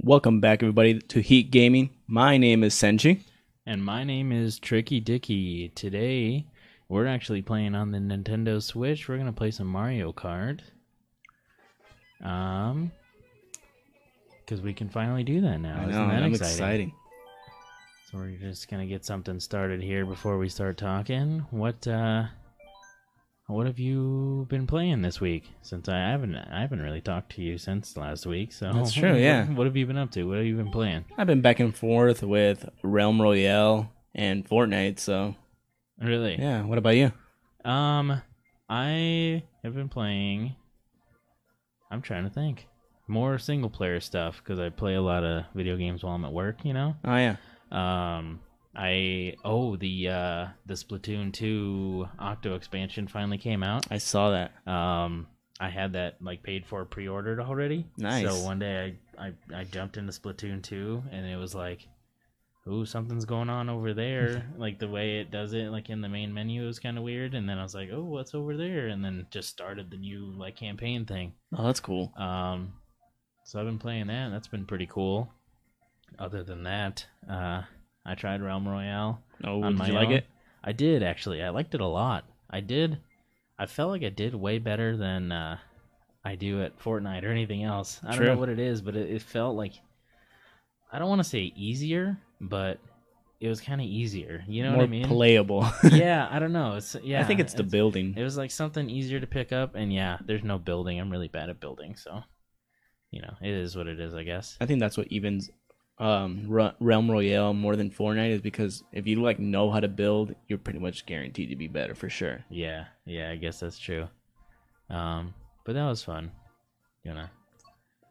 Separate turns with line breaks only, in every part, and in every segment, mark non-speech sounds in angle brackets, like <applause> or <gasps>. Welcome back, everybody, to Heat Gaming. My name is Senji.
And my name is Tricky Dicky. Today, we're actually playing on the Nintendo Switch. We're gonna play some Mario Kart. Um, because we can finally do that now. Isn't that
I'm
exciting?
exciting.
So we're just gonna get something started here before we start talking. What uh, what have you been playing this week? Since I haven't, I haven't really talked to you since last week. So
That's true, yeah.
<laughs> What have you been up to? What have you been playing?
I've been back and forth with Realm Royale and Fortnite, so
Really?
yeah. What about you?
Um, I have been playing. I'm trying to think more single player stuff because I play a lot of video games while I'm at work. You know.
Oh yeah,
Um, I oh the uh the Splatoon two Octo expansion finally came out.
I saw that.
Um, I had that like paid for pre ordered already.
Nice.
So one day I, I I jumped into Splatoon two and it was like. Ooh, something's going on over there. like the way it does it, like in the main menu, it was kind of weird. And then I was like, "Oh, what's over there?" And then just started the new like campaign thing.
Oh, that's cool.
Um, so I've been playing that. That's been pretty cool. Other than that, uh, I tried Realm Royale.
Oh,
on
did
my
you like
own.
it?
I did actually. I liked it a lot. I did. I felt like I did way better than uh, I do at Fortnite or anything else. I don't
True.
know what it is, but it, it felt like I don't want to say easier, but it was kind of easier. You know
More
what I mean?
playable.
<laughs> yeah, I don't know. It's
<laughs>
yeah.
I think it's the building.
It was like something easier to pick up, and yeah, there's no building. I'm really bad at building, so you know, it is what it is, I guess.
I think that's what evens um, Ru- Realm Royale more than Fortnite is because if you like know how to build, you're pretty much guaranteed to be better for sure.
Yeah, yeah, I guess that's true. Um, but that was fun. You wanna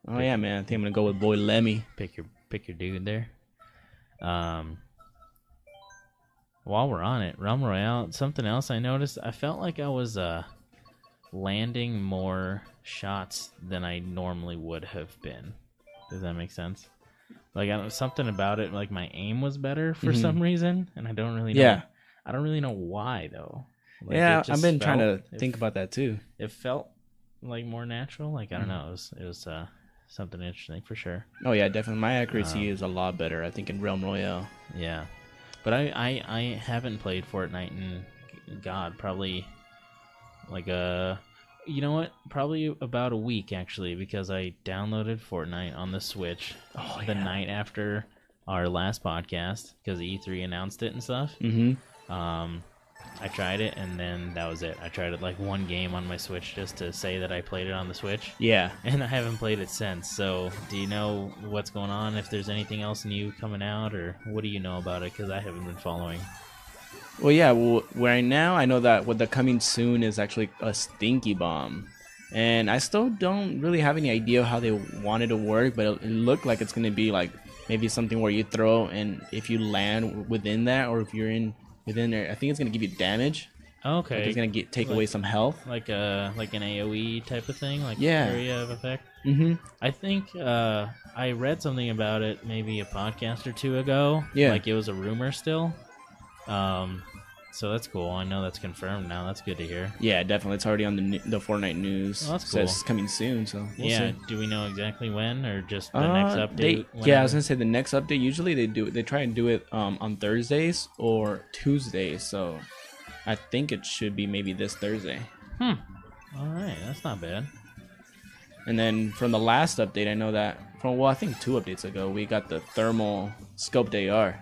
Oh yeah, man. I think I'm gonna go with Boy Lemmy.
pick your pick your dude there. Um, while we're on it, Realm Royale. Something else I noticed. I felt like I was uh landing more shots than I normally would have been. Does that make sense? Like I don't something about it. Like my aim was better for
Mhm.
some reason, and I don't really know.
Yeah.
I don't really know why though. Like,
yeah,
it
I've
just
been trying to
felt- it
think about that too.
it felt like more natural. Like I
Mm-hmm.
don't know, it was it was uh, something interesting for sure.
Oh yeah, definitely. My accuracy
Um,
is a lot better, I think, in Realm Royale.
Yeah, but I I, I haven't played Fortnite in God probably like a you know what probably about a week actually because I downloaded Fortnite on the Switch
Oh
the night after our last podcast because E3 announced it and stuff.
Mm-hmm.
Um, I tried it and then that was it. I tried it like one game on my Switch just to say that I played it on the Switch.
Yeah.
and I haven't played it since. So, do you know what's going on? If there's anything else new coming out, or what do you know about it? Because I haven't been following.
Well, yeah. Well, right now I know that what the coming soon is actually a stinky bomb, and I still don't really have any idea how they want it to work, but it, it looked like it's gonna be like maybe something where you throw and if you land within that or if you're in within there, I think it's gonna give you damage. Like
Okay,
it's gonna get take
Like-
away some health.
like a like an AOE type of thing, like
Yeah.
area of effect.
Mm-hmm.
I think uh, I read something about it maybe a podcast or two ago.
Yeah.
like it was a rumor still. Um, so that's cool. I know that's confirmed now. That's good to hear.
Yeah, definitely. It's already on the new- the Fortnite news.
Oh, that's
Says
cool.
it's coming soon, so we'll see.
yeah. Do we know exactly when, or just the next
Uh,
update?
they- yeah, I was
whenever?
gonna say the next update. Usually they do they try and do it um, on Thursdays or Tuesdays. So I think it should be maybe this Thursday.
Hmm. All right, that's not bad.
And then from the last update, I know that from well, I think two updates ago, we got the thermal scoped AR.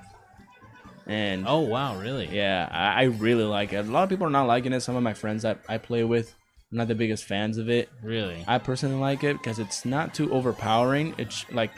And
Oh wow, really?
yeah, I, I really like it. A lot of people are not liking it. Some of my friends that I play with, I'm not the biggest fans of it.
Really?
I personally like it because it's not too overpowering. It's like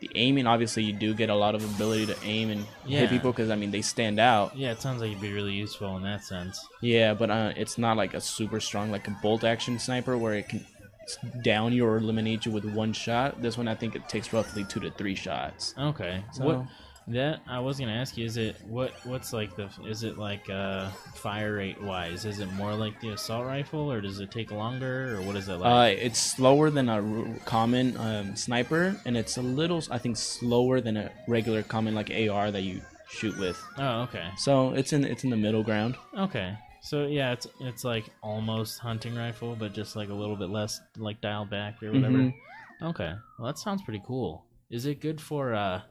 the aiming. Obviously, you do get a lot of ability to aim and
Yeah.
hit people because I mean they stand out.
yeah, it sounds like it'd be really useful in that sense.
Yeah, but uh, it's not like a super strong like a bolt action sniper where it can s- down you or eliminate you with one shot. This one I think it takes roughly two to three shots.
Okay.
So
What that I was gonna ask you is it what what's like the is it like uh fire rate wise is it more like the assault rifle or does it take longer or what is it
uh,
like?
it's slower than a r- common um, sniper, and it's a little I think slower than a regular common like AR that you shoot with.
oh, okay.
So it's in it's in the middle ground.
Okay. So yeah, it's it's like almost hunting rifle, but just like a little bit less like dialed back or whatever.
Mhm.
Okay. Well, that sounds pretty cool. Is it good for? uh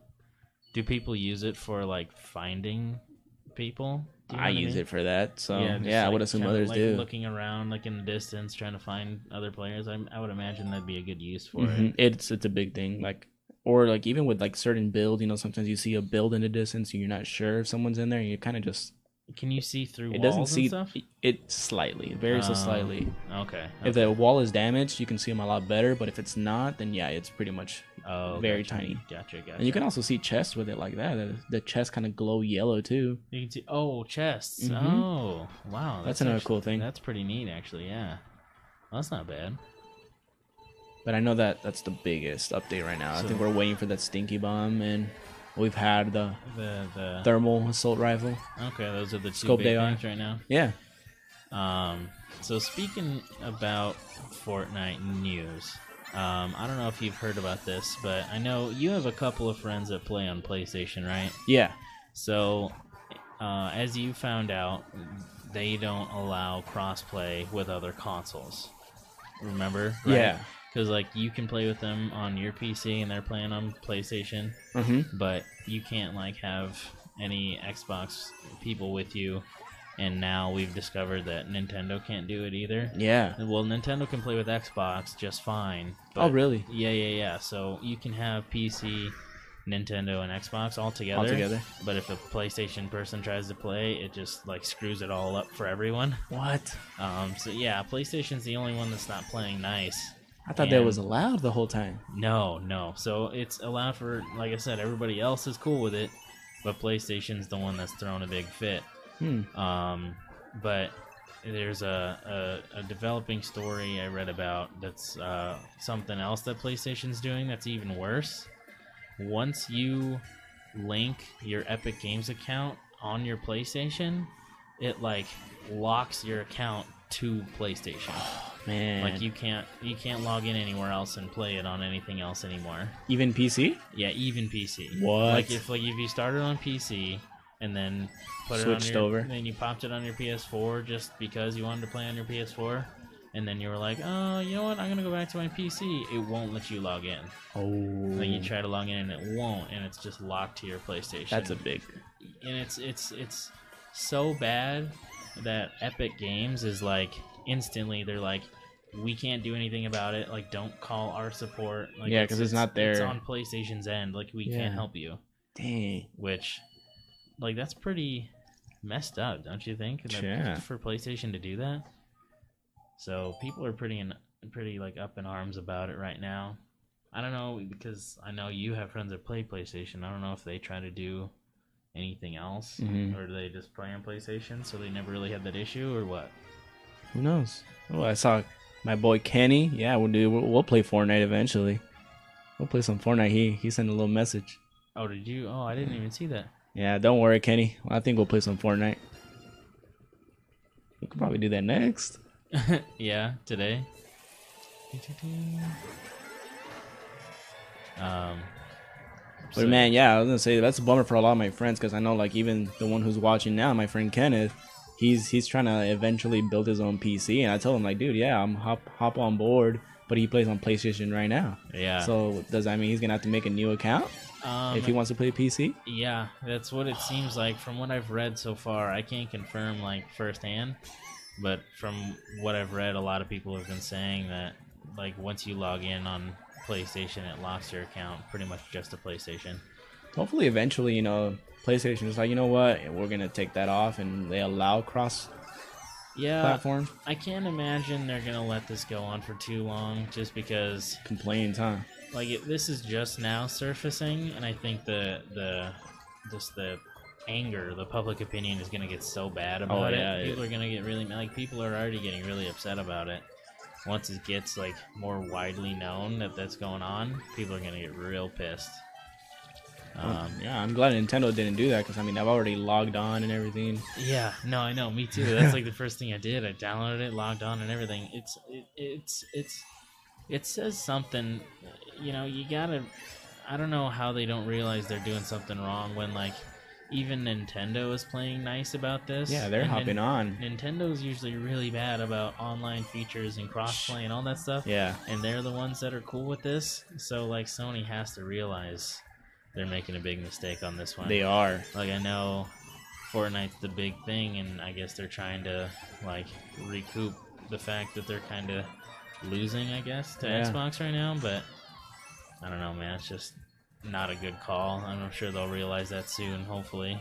Do people use it for like finding people? Do you know
I
what
use
mean?
it for that. So yeah,
just,
I
like,
would assume
kinda,
others
like,
do.
Looking around, like in the distance, trying to find other players. I, I would imagine that'd be a good use for it.
Mhm. It's it's a big thing. Like or like even with like certain builds, you know, sometimes you see a build in the distance and you're not sure if someone's in there, and you kind of just
Can you see through
it
walls
doesn't
and
see
stuff?
it- it slightly, it varies so
Um,
slightly.
Okay.
If the wall is damaged, you can see them a lot better. But if it's not, then yeah, it's pretty much.
oh,
very
gotcha.
tiny.
Gotcha, gotcha.
And you can also see chests with it like that. The- The chests kind of glow yellow too.
You can see oh chests.
Mhm.
Oh wow,
That's another
actu-
cool thing.
That's pretty neat actually. Yeah, Well, that's not bad.
But I know that that's the biggest update right now. I
So-
think we're waiting for that stinky bomb, and we've had the
The the
thermal assault rifle.
okay, those are the two
Scope
big
they are.
things right now.
Yeah.
Um, so speaking about Fortnite news, um, I don't know if you've heard about this, but I know you have a couple of friends that play on PlayStation, right?
Yeah.
So, uh, as you found out, they don't allow crossplay with other consoles. Remember?
Yeah.
Because like you can play with them on your PC and they're playing on PlayStation,
Mm-hmm.
but you can't like have any Xbox people with you. And now we've discovered that Nintendo can't do it either.
Yeah.
Well, Nintendo can play with Xbox just fine.
oh really?
Yeah, yeah, yeah. So you can have PC, Nintendo, and Xbox all together.
All together.
But if a PlayStation person tries to play, it just like screws it all up for everyone.
What?
Um, so yeah, PlayStation's the only one that's not playing nice.
I thought that
And-
was allowed the whole time.
No, no. So it's allowed for, like I said, everybody else is cool with it, but PlayStation's the one that's thrown a big fit.
Hmm.
Um, but there's a, a, a developing story I read about that's uh, something else that PlayStation's doing that's even worse. Once you link your Epic Games account on your PlayStation, it like locks your account to PlayStation.
Man.
Like you can't you can't log in anywhere else and play it on anything else anymore.
even PC?
Yeah, even PC.
What?
Like if like if you started on PC and then put
Switched
it on your,
over.
then you popped it on your PS4 just because you wanted to play on your PS4, and then you were like, oh, you know what? I'm gonna go back to my PC. It won't let you log in.
Oh.
Like you try to log in and it won't, and it's just locked to your PlayStation.
That's a big.
and it's it's it's so bad that Epic Games is like instantly they're like. We can't do anything about it. Like, don't call our support. Like,
Yeah, 'cause it's not
It's
their-
on PlayStation's end. Like, we
Yeah.
can't help you
Dang.
which like that's pretty messed up don't you think That-
Yeah.
for playstation to do that so people are pretty in pretty like up in arms about it right now i don't know because i know you have friends that play playstation i don't know if they try to do anything else
Mhm.
or do they just play on playstation so they never really had that issue or what
Who knows? Oh, I saw my boy Kenny. Yeah, we'll do. We'll, we'll play Fortnite eventually. We'll play some Fortnite. He he sent a little message.
oh did you oh i didn't even see that
Yeah, don't worry, Kenny. I think we'll play some Fortnite. We could probably do that next.
yeah, today. Um,
But
so-
man, yeah, I was gonna say that's a bummer for a lot of my friends because I know like even the one who's watching now, my friend Kenneth, he's he's trying to eventually build his own PC, and I tell him like, dude, yeah, I'm hop hop on board, but he plays on PlayStation right now.
yeah.
So does that mean he's gonna have to make a new account
um,
if he wants to play PC?
yeah, that's what it seems like from what I've read so far. I can't confirm like firsthand, but from what I've read, a lot of people have been saying that like once you log in on PlayStation, it locks your account pretty much just to PlayStation.
Hopefully, eventually, you know, PlayStation is like, you know what, we're gonna take that off, and they allow cross
Yeah,
platform
I can't imagine they're gonna let this go on for too long, just because
complaints, huh?
like it, this is just now surfacing and i think the the just the anger the public opinion is going to get so bad about
yeah,
it
it-
people are going to get really mad like people are already getting really upset about it once it gets like more widely known that that's going on people are going to get real pissed um,
yeah, I'm glad Nintendo didn't do that because I mean I've already logged on and everything.
yeah, no, I know. Me too. That's like the first thing I did. I downloaded it, logged on, and everything. It's it, it's it's it says something. You know, you gotta. I don't know how they don't realize they're doing something wrong when like even Nintendo is playing nice about this.
Yeah, they're
and Nin-
hopping on.
Nintendo's usually really bad about online features and crossplay and all that stuff.
Yeah.
And they're the ones that are cool with this. So like Sony has to realize they're making a big mistake on this one.
They are.
Like I know Fortnite's the big thing and I guess they're trying to like recoup the fact that they're kind of losing, I guess, to
Yeah.
Xbox right now, but I don't know, man, it's just not a good call. and I'm sure they'll realize that soon, hopefully,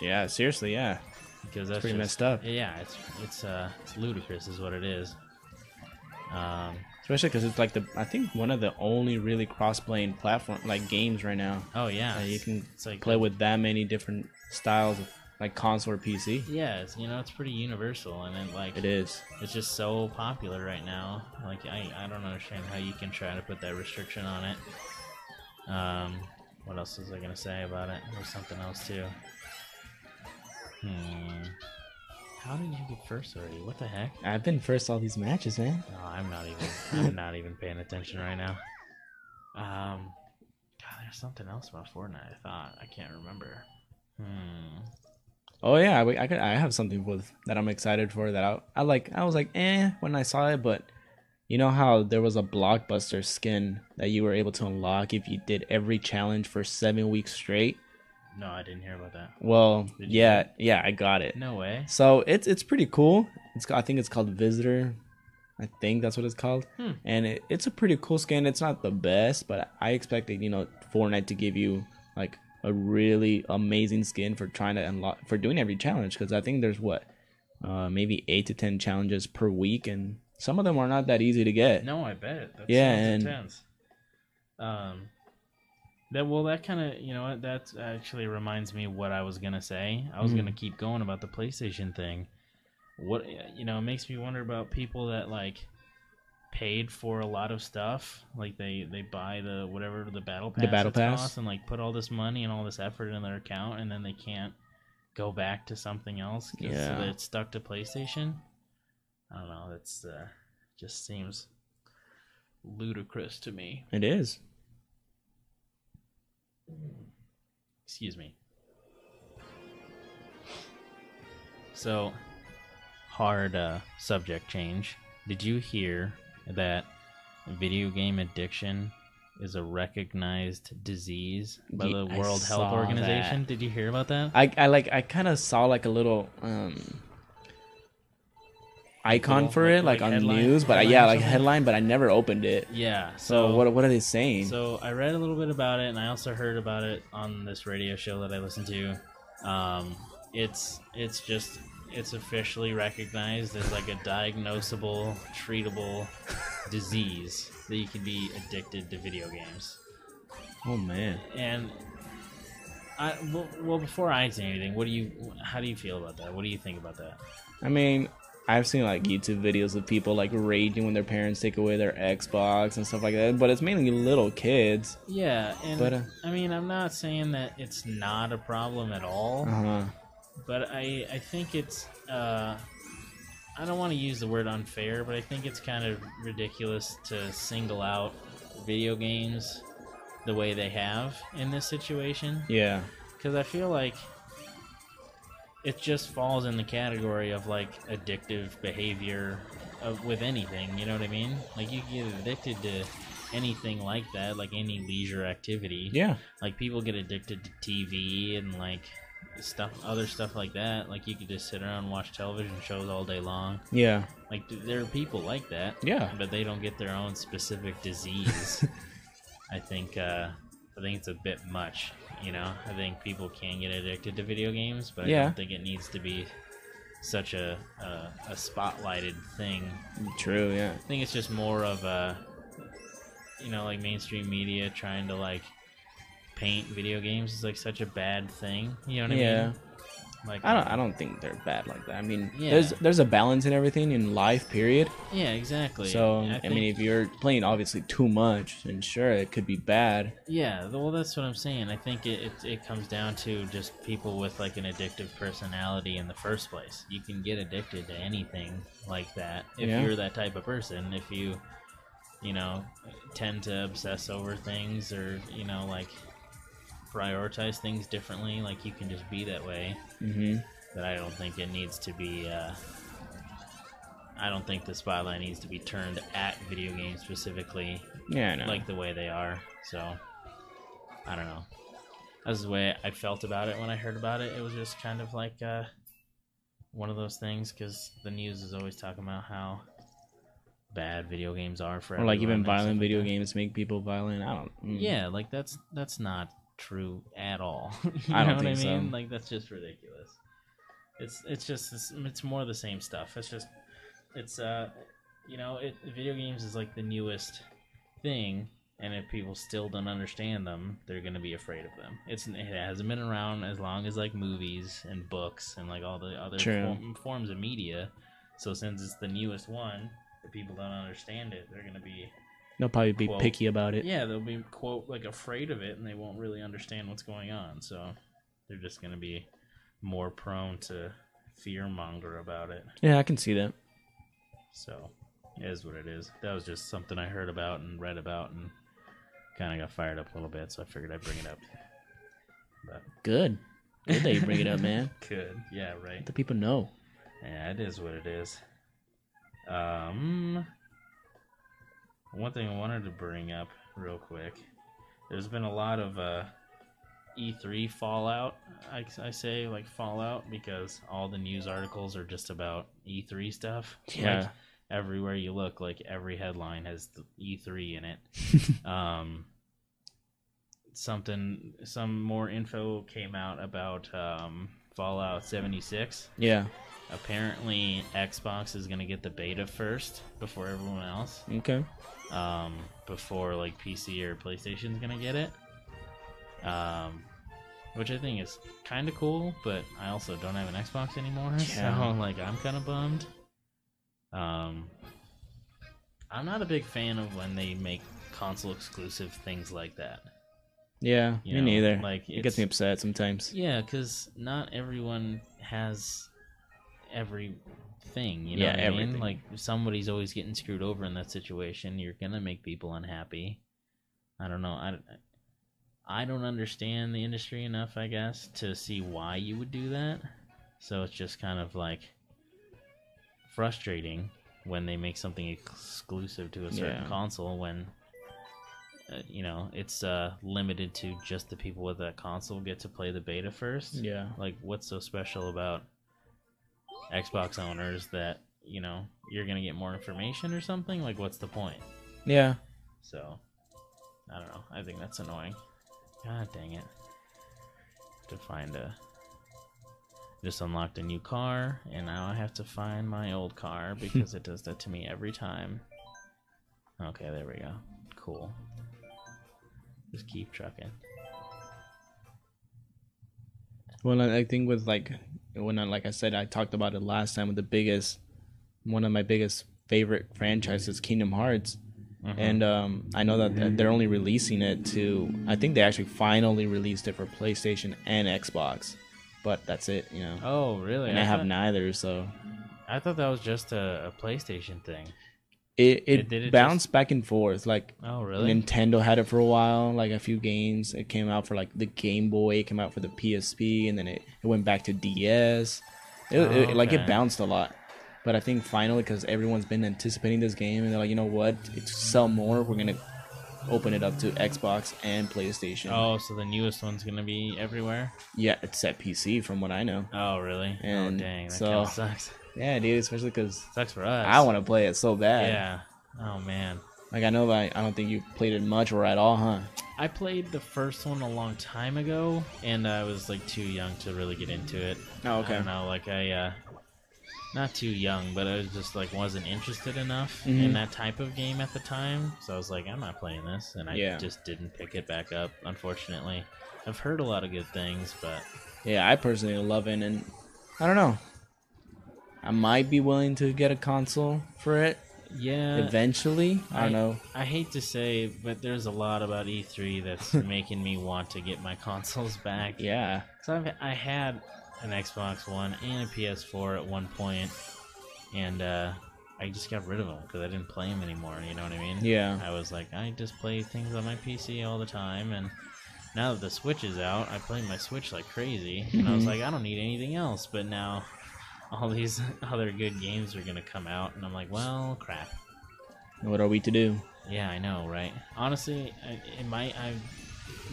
Yeah, seriously, yeah.
because that's
pretty
just-
messed up.
Yeah, it's it's uh it's ludicrous is what it is. Um
Especially because it's like the I think one of the only really cross-playing platform like games right now.
oh yeah,
Like, you
it's-
can
it's like
Play with that many different styles of like console or PC.
yeah, it's, you know, it's pretty universal and then like
It is.
it's just so popular right now. Like I, I don't understand how you can try to put that restriction on it. Um, what else was I gonna say about it? There's something else too. Hmm. How did you get first already? What the heck?
I've been first all these matches, man.
No, I'm not even. I'm not even paying attention right now. Um, God, there's something else about Fortnite. I thought I can't remember. Hmm.
Oh yeah, we, I could, I have something with that I'm excited for that I, I like I was like eh when I saw it, but you know how there was a blockbuster skin that you were able to unlock if you did every challenge for seven weeks straight.
No, I didn't hear about that.
Well,
Did you
yeah, yeah, I got it.
No way.
So it's it's pretty cool. It's ca- I think it's called Visitor. I think that's what it's called.
Hmm.
And it, it's a pretty cool skin. It's not the best, but I expected you know Fortnite to give you like a really amazing skin for trying to unlock for doing every challenge because I think there's what uh, maybe eight to ten challenges per week, and some of them are not that easy to get.
No, I bet. That
Yeah,
sounds
and-
intense. Um, that well, that kind of you know what that actually reminds me of what I was gonna say. I was
Mhm.
gonna keep going about the PlayStation thing. What you know, it makes me wonder about people that like paid for a lot of stuff. Like they they buy the whatever the battle pass,
The battle
it's
pass.
cost and like put all this money and all this effort in their account, and then they can't go back to something else. 'cause-
Yeah.
so that it's stuck to PlayStation. I don't know. That's uh, just seems ludicrous to me.
It is.
Excuse me. So, hard uh, subject change. Did you hear that video game addiction is a recognized disease by
Ye-
the
I
World
saw
Health Organization? Did you hear about that?
I, I like I kind of saw like a little um icon
little,
for
like-
it like,
like
on
headline-
news but I,
headline
yeah
or
like
something?
headline but I never opened it
yeah. So,
so, what what are they saying
So I read a little bit about it, and I also heard about it on this radio show that I listen to. Um, it's it's just it's officially recognized as like a diagnosable, <laughs> treatable disease that you can be addicted to video games.
oh man
And I well, well before I say anything, what do you how do you feel about that? What do you think about that?
I mean I've seen like YouTube videos of people like raging when their parents take away their Xbox and stuff like that but it's mainly little kids
Yeah, and
But, uh,
I mean I'm not saying that it's not a problem at all.
uh-huh
but I, I think it's uh, I don't want to use the word unfair, but I think it's kind of ridiculous to single out video games the way they have in this situation
yeah
because I feel like it just falls in the category of like addictive behavior of, with anything. You know what I mean? Like you get addicted to anything like that, like any leisure activity
yeah
like people get addicted to TV and like stuff, other stuff like that. Like you could just sit around and watch television shows all day long.
yeah
Like th- there are people like that,
yeah
but they don't get their own specific
<laughs>
disease. I think uh, I think it's a bit much. You know, I think people can get addicted to video games, but I
Yeah.
don't think it needs to be such a a, a spotlighted thing
true yeah
I think it's just more of a, you know, like mainstream media trying to like paint video games as like such a bad thing. You know what I
Yeah.
mean? Like
I don't I don't think they're bad like that I mean
Yeah.
there's there's a balance in everything in life period
Yeah, exactly.
So
And
I,
think-
mean, if you're playing obviously too much, then sure it could be bad.
yeah. th- Well, that's what I'm saying. I think it, it it comes down to just people with like an addictive personality in the first place. You can get addicted to anything like that if
Yeah.
you're that type of person. If you you know, tend to obsess over things or, you know, like prioritize things differently. Like you can just be that way.
hmm
That I don't think it needs to be. Uh, I don't think the spotlight needs to be turned at video games specifically,
Yeah, I know.
like the way they are. So I don't know. That's the way I felt about it when I heard about it. It was just kind of like uh, one of those things because the news is always talking about how bad video games are for
or like
everyone
even
and stuff
violent video
that.
games make people violent. I don't. mm.
Yeah, like that's that's not true at all. <laughs> you
I
know
don't
what I
think so.
mean? Like that's just ridiculous. It's it's just it's, it's more the same stuff. It's just it's uh you know it video games is like the newest thing, and if people still don't understand them, they're gonna be afraid of them. It's it hasn't been around as long as like movies and books and like all the other
True.
form, forms of media. So since it's the newest one, if people don't understand it, they're gonna be
They'll probably be
Well,
picky about it.
yeah, they'll be quote like afraid of it, and they won't really understand what's going on. So they're just gonna be more prone to fear monger about it.
Yeah, I can see that.
So it is what it is. That was just something I heard about and read about, and kind of got fired up a little bit. So I figured I'd bring it up. But
Good. Good that you bring it
<laughs>
up, man.
Good. Yeah. Right.
Let the people know.
Yeah, it is what it is. Um, one thing I wanted to bring up real quick. There's been a lot of uh, E3 fallout. I, I say like fallout because all the news articles are just about E3 stuff. Like,
Yeah.
everywhere you look, like every headline has the E3 in it. um, something, some more info came out about um, Fallout 76
Yeah.
apparently Xbox is gonna get the beta first before everyone else.
Okay.
Um, before like PC or PlayStation's gonna get it. Um, which I think is kind of cool, but I also don't have an Xbox anymore, <laughs> so
Yeah.
like I'm kind of bummed. Um, I'm not a big fan of when they make console exclusive things like that.
Yeah.
You
me
know,
neither.
like,
it gets
it's-
me upset sometimes.
Yeah, because not everyone has everything. You know
Yeah,
what I mean?
everything.
Like somebody's always getting screwed over in that situation. You're gonna make people unhappy. I don't know. I I don't understand the industry enough, I guess, to see why you would do that. So it's just kind of like frustrating when they make something exclusive to a certain
Yeah.
console when uh, you know it's uh, limited to just the people with that console get to play the beta first
Yeah.
like what's so special about xbox owners that you know you're gonna get more information or something like what's the point
Yeah.
so i don't know i think that's annoying god dang it to find a just unlocked a new car and now i have to find my
<laughs>
old car because it does that to me every time okay there we go cool just keep trucking
Well, I I think with like when I like I said I talked about it last time with the biggest one of my biggest favorite franchises, Kingdom Hearts,
Mhm.
and um, I know that th- they're only releasing it to I think they actually finally released it for PlayStation and Xbox, but that's it, you know.
oh really
and I have
thought-
neither, so
I thought that was just a, a PlayStation thing.
it
Did-
it,
did it
bounced back and forth. Like
Oh, really?
Nintendo had it for a while, like a few games. It came out for like the Game Boy, it came out for the PSP, and then it, it went back to DS. It,
Oh,
it- like
okay.
it bounced a lot. But I think finally, because everyone's been anticipating this game, and they're like, you know what? It sell more. We're gonna open it up to Xbox and PlayStation.
oh, so the newest one's gonna be everywhere.
Yeah, it's at PC, from what I know.
Oh, really?
And
oh, dang, that
so-
kind of sucks. <laughs>
Yeah, dude. Especially because
Sucks for us.
I want to play it so bad.
Yeah. Oh man,
Like I know that I don't think you played it much or at all, huh?
I played the first one a long time ago, and I was like too young to really get into it.
Oh,
I don't know, like I, uh, not too young, but I was just like wasn't interested enough
Mhm.
in that type of game at the time. So I was like, I'm not playing this, and I
Yeah.
just didn't pick it back up. Unfortunately, I've heard a lot of good things, but
Yeah, I personally love it, and I don't know. I might be willing to get a console for it
yeah,
eventually. Uh, I don't
I-
know.
I hate to say, but there's a lot about
<laughs>
E3 that's making me want to get my <laughs> consoles back.
Yeah,
So I've, I had an Xbox One and a PS4 at one point, and uh, I just got rid of them because I didn't play them anymore. You know what I mean?
yeah,
I was like, I just play things on my PC all the time, and now that the Switch is out, I play my Switch like crazy, and I was
Mhm.
like, I don't need anything else. But now, all these <laughs> other good games are gonna come out, and I'm like, well, crap.
What are we to do?
Yeah, I know, right? Honestly, I, it might I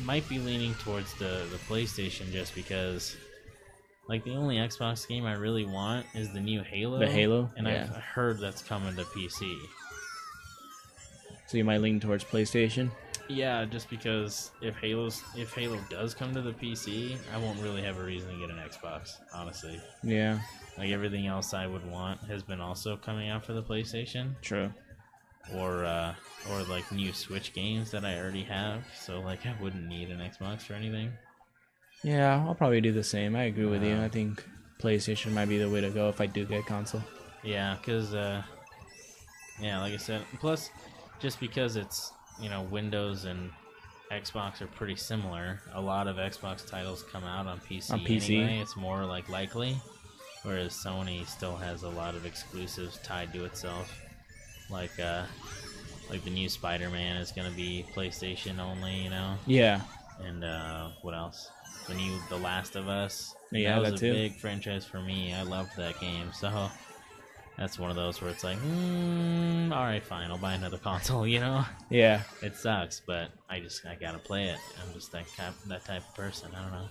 might be leaning towards the the PlayStation just because, like, the only Xbox game I really want is the new Halo.
The Halo?
and
yeah.
I've heard that's coming to PC.
So you might lean towards PlayStation.
Yeah, just because if Halo's if Halo does come to the PC, I won't really have a reason to get an Xbox. Honestly,
Yeah,
like everything else I would want has been also coming out for the PlayStation.
true.
or uh, or like new Switch games that I already have. So like I wouldn't need an Xbox for anything.
Yeah, I'll probably do the same. I agree with you.
Yeah.
I think PlayStation might be the way to go if I do get console.
Yeah, cause uh, yeah, like I said. Plus, just because it's you know Windows and Xbox are pretty similar, a lot of Xbox titles come out on PC.
On PC.
anyway. It's more like likely. Whereas Sony still has a lot of exclusives tied to itself, like uh, like the new Spider-Man is gonna be PlayStation only, you know.
Yeah,
and uh, what else? The new The Last of Us.
Yeah,
that was
that
a
too.
big franchise for me. I loved that game, so that's one of those where it's like, mm, all right, fine, I'll buy another console. <laughs> You know,
yeah.
it sucks, but I just I gotta play it. I'm just that type, that type of person. I don't know.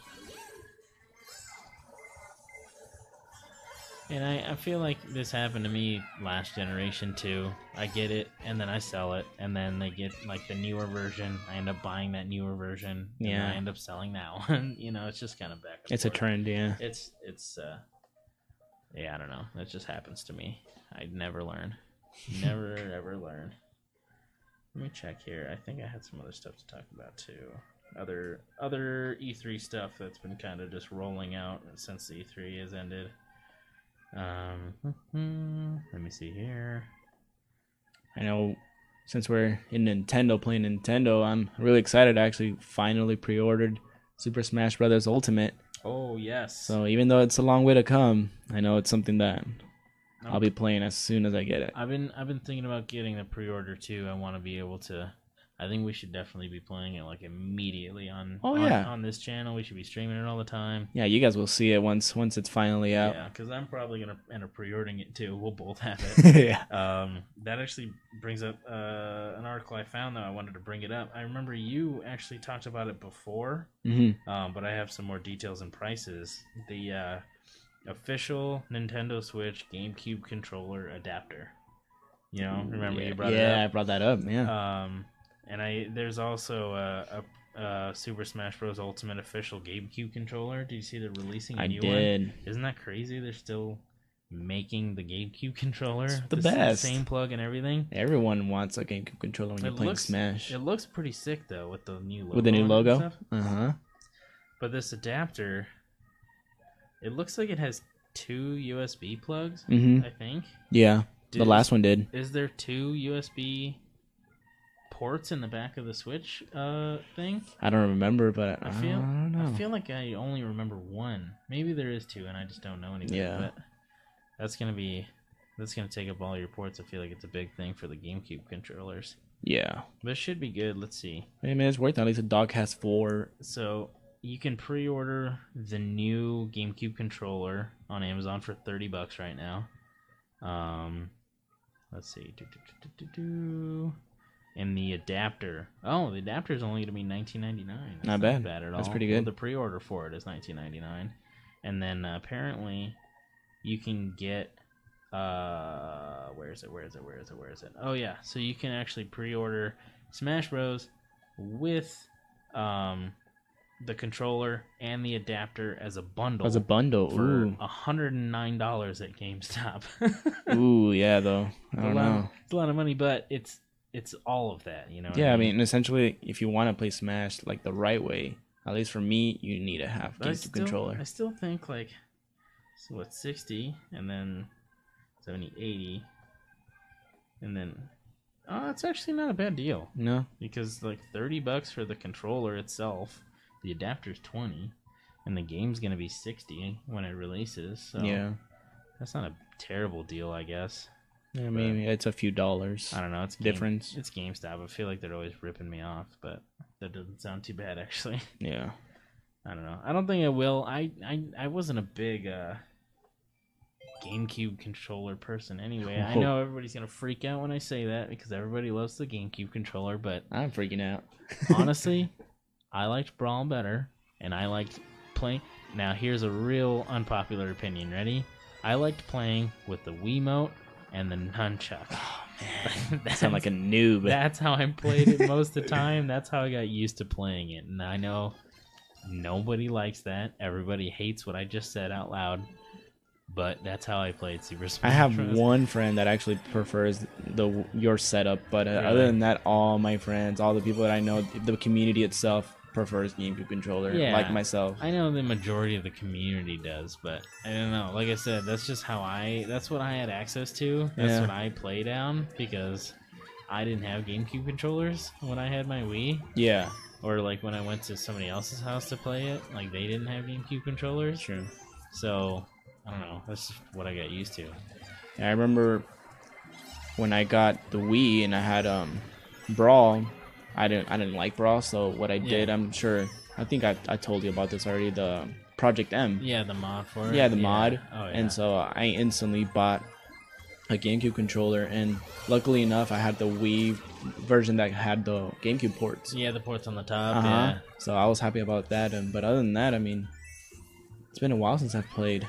And I, I feel like this happened to me last generation too. I get it, and then I sell it, and then they get like the newer version. I end up buying that newer version, and then
Yeah.
I end up selling that <laughs> one. you know, it's just kind of back. And
It's a
forth.
trend. Yeah.
It's it's uh, yeah, I don't know. That just happens to me. I never learn, never
<laughs>
ever learn. Let me check here. I think I had some other stuff to talk about too. Other other E3 stuff that's been kind of just rolling out since the E3 has ended. Um, <laughs> let me see here.
I know since we're in Nintendo playing Nintendo, I'm really excited. I actually finally pre-ordered Super Smash Brothers Ultimate.
Oh yes.
So even though it's a long way to come, I know it's something that
I'm-
I'll be playing as soon as I get it.
I've been I've been thinking about getting the pre-order too. I want to be able to. I think we should definitely be playing it like immediately on.
Oh,
on,
yeah.
On this channel, we should be streaming it all the time.
Yeah, you guys will see it once once it's finally out.
Yeah, because I'm probably gonna end up pre-ordering it too. We'll both have it.
<laughs> Yeah.
um, that actually brings up uh, an article I found though. I wanted to bring it up. I remember you actually talked about it before,
hmm
um, but I have some more details and prices. The uh, official Nintendo Switch GameCube controller adapter. You know, Oh, remember
yeah,
you brought it
yeah,
up.
I brought that up. Yeah.
Um, and I there's also a, a, a Super Smash Bros. Ultimate official GameCube controller. Do you see they're releasing a
I
new
did.
one? Isn't that crazy? They're still making the GameCube controller
It's the
s-
best.
same plug and everything.
Everyone wants a GameCube controller when
It
you're playing
looks-
Smash.
It looks pretty sick though with the new logo
With the new
on it and
logo?
stuff.
Uh huh.
But this adapter, it looks like it has two USB plugs.
Mm-hmm.
I think
Yeah.
Did-
The last one did.
Is there two USB ports in the back of the Switch uh, thing?
I don't remember, but I,
I feel-
don't know.
I feel like I only remember one. Maybe there is two, and I just don't know anything.
Yeah.
But that's gonna be that's gonna take up all your ports. I feel like it's a big thing for the GameCube controllers.
yeah.
But it should be good. Let's see.
I mean, it's worth it. At least a dog has four.
So you can pre-order the new GameCube controller on Amazon for thirty bucks right now. Um, let's see. Do, do, do, do, do, do. And the adapter. Oh, the adapter is only going to be nineteen ninety nine.
Not bad.
bad at all.
That's pretty
Well,
good.
the pre-order for it is nineteen ninety nine, and then uh, apparently you can get. Uh, where is it? Where is it? Where is it? Where is it? Oh yeah, so you can actually pre-order Smash Bros. with um the controller and the adapter as a bundle
As a bundle.
for
Ooh.
hundred and nine dollars at GameStop. <laughs> uh,
Ooh, yeah, though. I
A
don't
lot.
know.
it's a lot of money, but it's it's all of that, you know. what
Yeah, I mean, essentially, if you want to play Smash like the right way, at least for me, you need to have
But I
GameCube
still,
controller.
I still think like so what sixty and then 70, 80 and then oh, it's actually not a bad deal
No,
because like thirty bucks for the controller itself, the adapter's twenty, and the game's gonna be sixty when it releases. So
yeah,
that's not a terrible deal, I guess.
I mean, it's a few dollars
I don't know. It's Game-
difference.
It's GameStop. I feel like they're always ripping me off, but that doesn't sound too bad actually. <laughs>
Yeah.
I don't know. I don't think I will. I I, I wasn't a big uh, GameCube controller person anyway. I
Oh.
know everybody's gonna freak out when I say that because everybody loves the GameCube controller, but
I'm freaking
<sighs>
out.
honestly, I liked Brawl better, and I liked playing. Now, here's a real unpopular opinion. Ready? I liked playing with the Wiimote and
<laughs>
the nunchuck.
Oh,
That's-
sound like a noob.
that's how I played it
<laughs>
most of the time. That's how I got used to playing it. And I know nobody likes that. Everybody hates what I just said out loud. But that's how I played Super
I
Smash
have
Bros.
one friend that actually prefers the your setup, but uh,
Really?
other than that, all my friends, all the people that I know, the community itself prefers GameCube controller,
Yeah.
like myself.
I know the majority of the community does, but I don't know. Like I said, that's just how I. That's what I had access to. That's
Yeah.
what I played on because I didn't have GameCube controllers when I had my Wii,
yeah,
or like when I went to somebody else's house to play it. Like they didn't have GameCube controllers.
true.
So I don't know. That's just what I got used to.
I remember when I got the Wii and I had um Brawl. I didn't I didn't like Brawl, so what I did, I'm sure, I think I I told you about this already. The Project M.
Yeah, the mod for it.
Yeah, the mod.
Oh yeah.
And so I instantly bought a GameCube controller, and luckily enough, I had the Wii version that had the GameCube ports.
yeah, the ports on the top.
Uh-huh.
Yeah.
So I was happy about that. And but other than that, I mean, it's been a while since I've played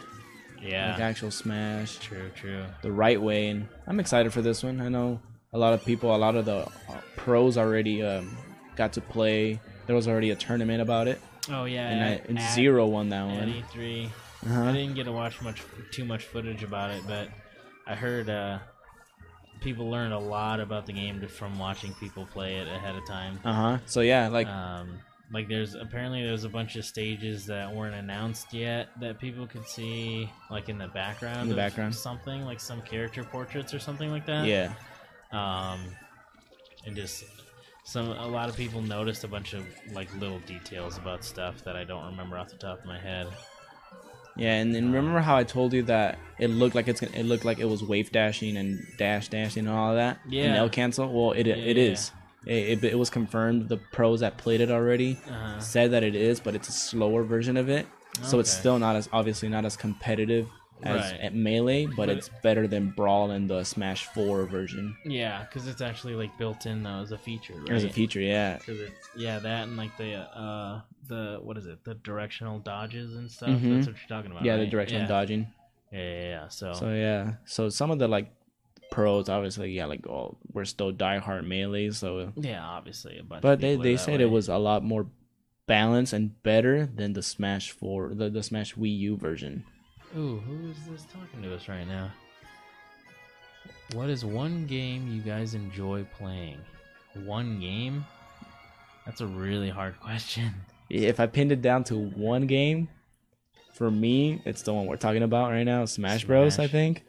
Yeah.
like actual Smash
True. True.
the right way, and I'm excited for this one. I know a lot of people, a lot of the uh, pros already um, got to play. There was already a tournament about it,
Oh yeah.
and, I,
at-
and
at-
Zero won that
At
one.
E3. I
Uh-huh.
didn't get to watch much too much footage about it, but I heard uh, people learned a lot about the game from watching people play it ahead of time.
Uh huh. So yeah, like
Um, like there's apparently there's a bunch of stages that weren't announced yet that people could see like in the background.
In the
of
background.
something like some character portraits or something like that.
yeah.
Um, and just some a lot of people noticed a bunch of like little details about stuff that I don't remember off the top of my head.
Yeah, and then remember how I told you that it looked like it's gonna, it looked like it was wave dashing and dash dashing and all that.
Yeah.
And they'll cancel. Well, it it
Yeah.
is. It, it, it was confirmed. The pros that played it already
Uh,
said that it is, but it's a slower version of it. So it's
Okay.
still not as obviously not as competitive as
Right.
at melee, but,
But-
it's better than brawl and the Smash Four version
yeah, because it's actually like built in though as a feature, right?
as a feature. Yeah.
'Cause it's- yeah, that and like the uh the what is it the directional dodges and stuff.
Mhm.
That's what you're talking about.
Yeah, the
right?
directional
yeah.
dodging.
Yeah, yeah, yeah. So,
So yeah, so some of the like pros obviously yeah like oh we're still diehard melee, so
yeah, obviously a bunch. of
But they,
people are
they
that
said
way.
it was a lot more balanced and better than the Smash 4, the, the Smash Wii U version.
Ooh, who is this talking to us right now? What is one game you guys enjoy playing? One game? That's a really hard question.
If I pinned it down to one game, for me, it's the one we're talking about right now, Smash, Bros, I
Smash.
think.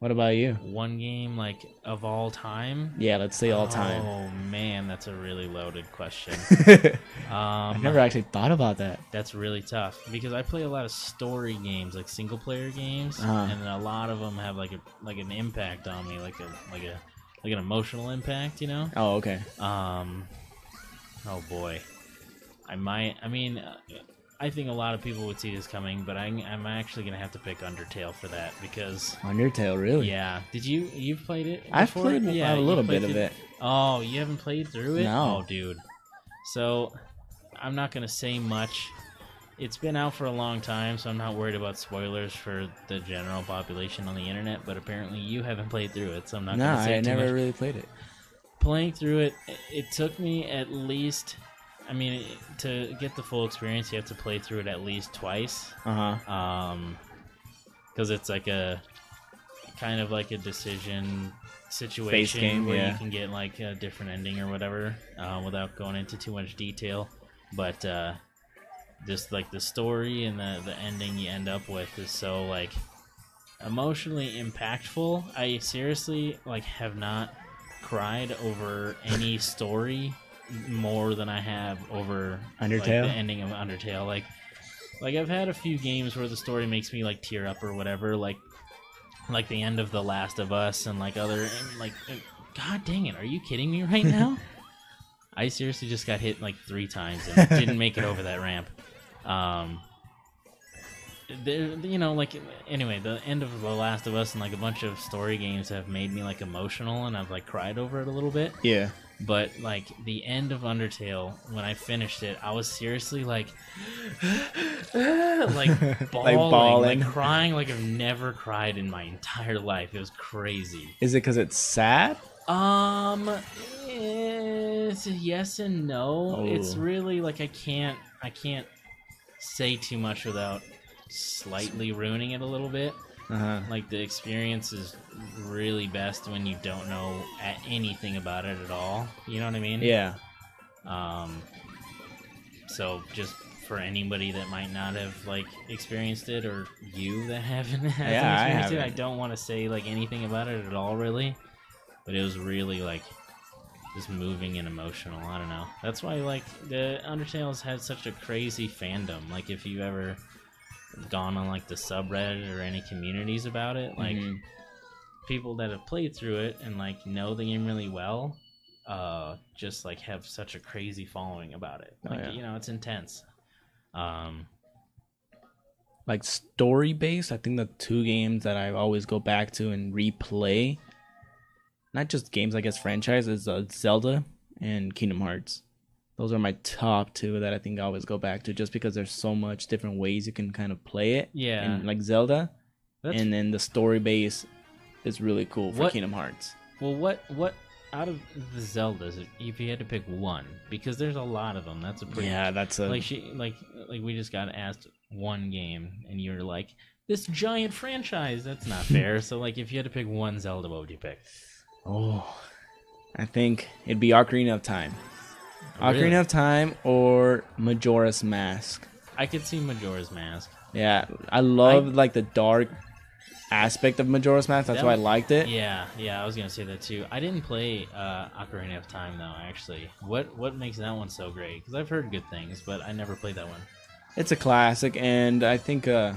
What about you?
One game like of all time?
Yeah, let's say all time.
Oh man, that's a really loaded question.
<laughs> I
Um
never actually thought about that.
that's really tough because I play a lot of story games, like single player games,
Uh-huh.
and a lot of them have like a like an impact on me, like a like a like an emotional impact, you know?
Oh, okay.
Um, oh boy, I might. I mean, uh, I think a lot of people would see this coming, but I, I'm actually gonna have to pick Undertale for that because,
Undertale, really?
yeah. Did you you've played it?
I've
before?
played
Yeah,
a
you
little
played
bit of it.
Oh, you haven't played through it?
No.
Oh, dude. So, I'm not gonna say much. It's been out for a long time, so I'm not worried about spoilers for the general population on the internet. But apparently, you haven't played through it, so I'm not
No,
gonna say
I
too
never
much
really played it.
playing through it, it- it took me at least. I mean, to get the full experience, you have to play through it at least twice,
Uh huh.
because Um, it's like a kind of like a decision situation
game,
where
yeah.
you can get like a different ending or whatever, uh, without going into too much detail. But uh, just like the story and the the ending you end up with is so like emotionally impactful. I seriously like have not cried over any story more than I have over like,
Undertale?
the ending of Undertale. Like like I've had a few games where the story makes me like tear up or whatever. Like like the end of The Last of Us and like other and like and- god dang it, are you kidding me right now? I seriously just got hit like 3 times and didn't make it over that ramp. Um there, you know, like anyway, the end of The Last of Us and like a bunch of story games have made me like emotional, and I've like cried over it a little bit
Yeah.
but like the end of Undertale, when I finished it, I was seriously like, <gasps> like bawling, like,
bawling.
crying, like I've never cried in my entire life. It was crazy.
Is it because it's sad?
Um, it's a yes and no.
Oh.
It's really like I can't, I can't say too much without slightly ruining it a little bit.
Uh huh.
Like the experience is really best when you don't know a- anything about it at all. You know what I mean?
Yeah.
Um, so just for anybody that might not have like experienced it, or you that <laughs> haven't, hasn't
Yeah, I
experienced it, I
haven't.
don't want to say like anything about it at all, really. But it was really like just moving and emotional. I don't know. That's why like the Undertale's had such a crazy fandom. Like if you've ever gone on like the subreddit or any communities about it, like
Mhm.
people that have played through it and like know the game really well uh just like have such a crazy following about it
Oh,
like
yeah.
you know it's intense um
like story based, I think the two games that I always go back to and replay, not just games, I guess franchises, uh, Zelda and Kingdom Hearts. Those are my top two that I think I always go back to, just because there's so much different ways you can kind of play it.
yeah
And like Zelda,
that's,
and then the story base is really cool for
What-
Kingdom Hearts.
well what what out of the zeldas if you had to pick one because there's a lot of them that's a pretty
Yeah, that's a
like she like like we just got asked one game and you're like this giant franchise that's not <laughs> fair so like if you had to pick one zelda what would you pick
oh. I think it'd be Ocarina of Time,
Really?
Ocarina of Time, or Majora's Mask.
i could see majora's mask
Yeah, I love like the dark aspect of Majora's Mask. That's
That
why I
was-
liked it.
Yeah, yeah, I was gonna say that too. I didn't play uh, Ocarina of Time though. Actually, what what makes that one so great? Because I've heard good things, but I never played that one.
It's a classic, and I think uh,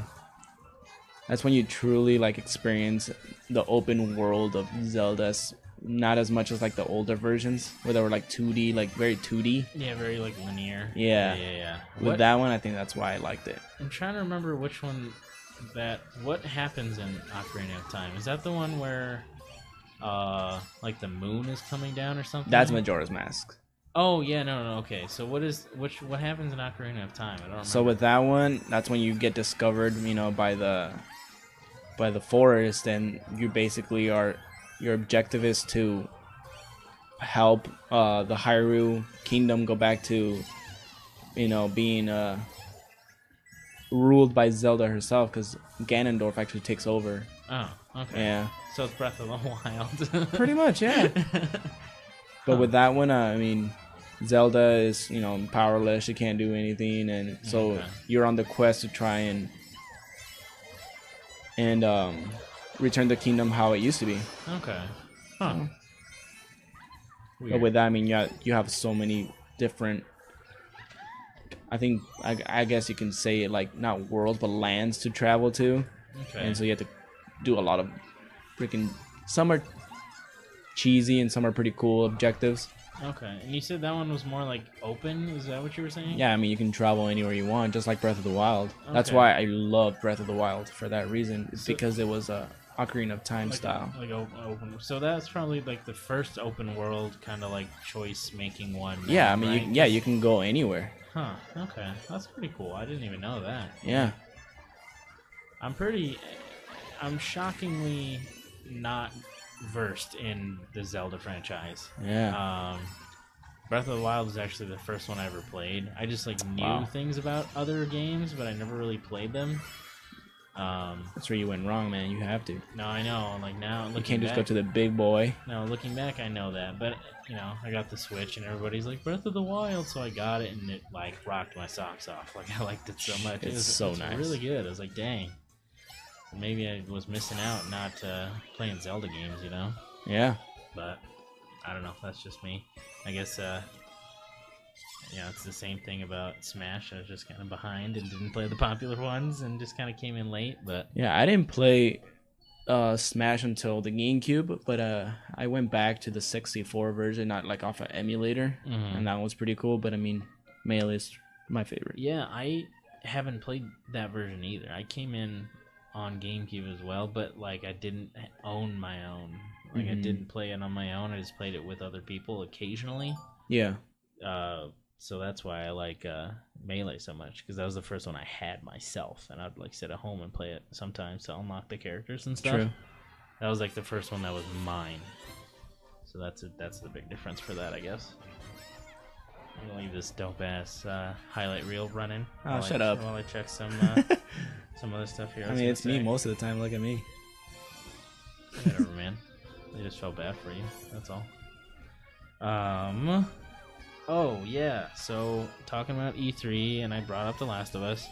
that's when you truly like experience the open world of Zelda's. Not as much as like the older versions where they were like 2D, like very 2D.
Yeah, very like linear.
Yeah.
yeah, yeah.
With
What,
that one, I think that's why I liked it.
I'm trying to remember which one that what happens in Ocarina of Time. Is that the one where uh like the moon is coming down or something?
That's Majora's Mask.
Oh yeah, no, no, okay. So what is which what happens in Ocarina of Time? I don't remember.
So with that one, that's when you get discovered, you know, by the by the forest, and you basically are your objective is to help uh, the Hyrule Kingdom go back to, you know, being uh, ruled by Zelda herself, because Ganondorf actually takes over.
oh, okay.
Yeah,
So it's Breath of the <laughs> Wild.
pretty much, yeah. But
Huh.
with that one, uh, I mean, Zelda is you know powerless; she can't do anything, and so
Okay.
you're on the quest to try and and um, return the kingdom how it used to be.
Okay. Huh.
But with that, I mean, you have, you have so many different. I think I, I guess you can say it like not worlds but lands to travel to,
okay.
and so you have to do a lot of freaking. Some are cheesy and some are pretty cool objectives.
okay. And you said that one was more like open. Is that what you were saying?
Yeah, I mean you can travel anywhere you want, just like Breath of the Wild. That's
Okay.
why I love Breath of the Wild for that reason, it's
So-
because it was a Ocarina of Time
Like,
style.
Like o- open. So that's probably like the first open world kind of like choice making one.
yeah, I mean, you,
right?
yeah, you can go anywhere.
Huh. Okay. That's pretty cool. I didn't even know that.
Yeah,
I'm pretty. I'm shockingly not versed in the Zelda franchise.
yeah.
<laughs> Um, Breath of the Wild was actually the first one I ever played. I just like knew
Wow.
things about other games, but I never really played them. Um,
That's where you went wrong, man. You have to.
no, I know. Like now, looking
You can't just
back,
go to the big boy.
Now looking back, I know that, but you know, I got the Switch, and everybody's like Breath of the Wild, so I got it, and it like rocked my socks off. <laughs> Like I liked it so much. it
It's
was,
so
it's
nice.
really good. I was like, dang, maybe I was missing out not uh, playing Zelda games, you know
Yeah,
but I don't know. That's just me. I guess, uh, yeah, it's the same thing about Smash. I was just kind of behind and didn't play the popular ones and just kind of came in late, but
yeah. I didn't play uh, Smash until the GameCube, but uh, I went back to the 64 version, not like off an emulator,
Mhm.
and that one was pretty cool. But I mean, Melee is my favorite.
Yeah, I haven't played that version either. I came in on GameCube as well, but like I didn't own my own. Like I
Mhm.
didn't play it on my own. I just played it with other people occasionally.
Yeah,
Uh, so that's why I like uh, Melee so much because that was the first one I had myself, and I'd like sit at home and play it sometimes to unlock the characters and stuff.
true.
That was like the first one that was mine. So that's a, that's the big difference for that, I guess. I'm gonna leave this dope ass uh, highlight reel running.
Oh,
while I-
shut up.
While I check some
<laughs>
uh, some other stuff here.
I
was
mean,
gonna
it's me
say.
most of the time. Look at me.
Whatever, man. They just felt bad for you. That's all. Um. Oh yeah. So talking about E3, and I brought up The Last of Us.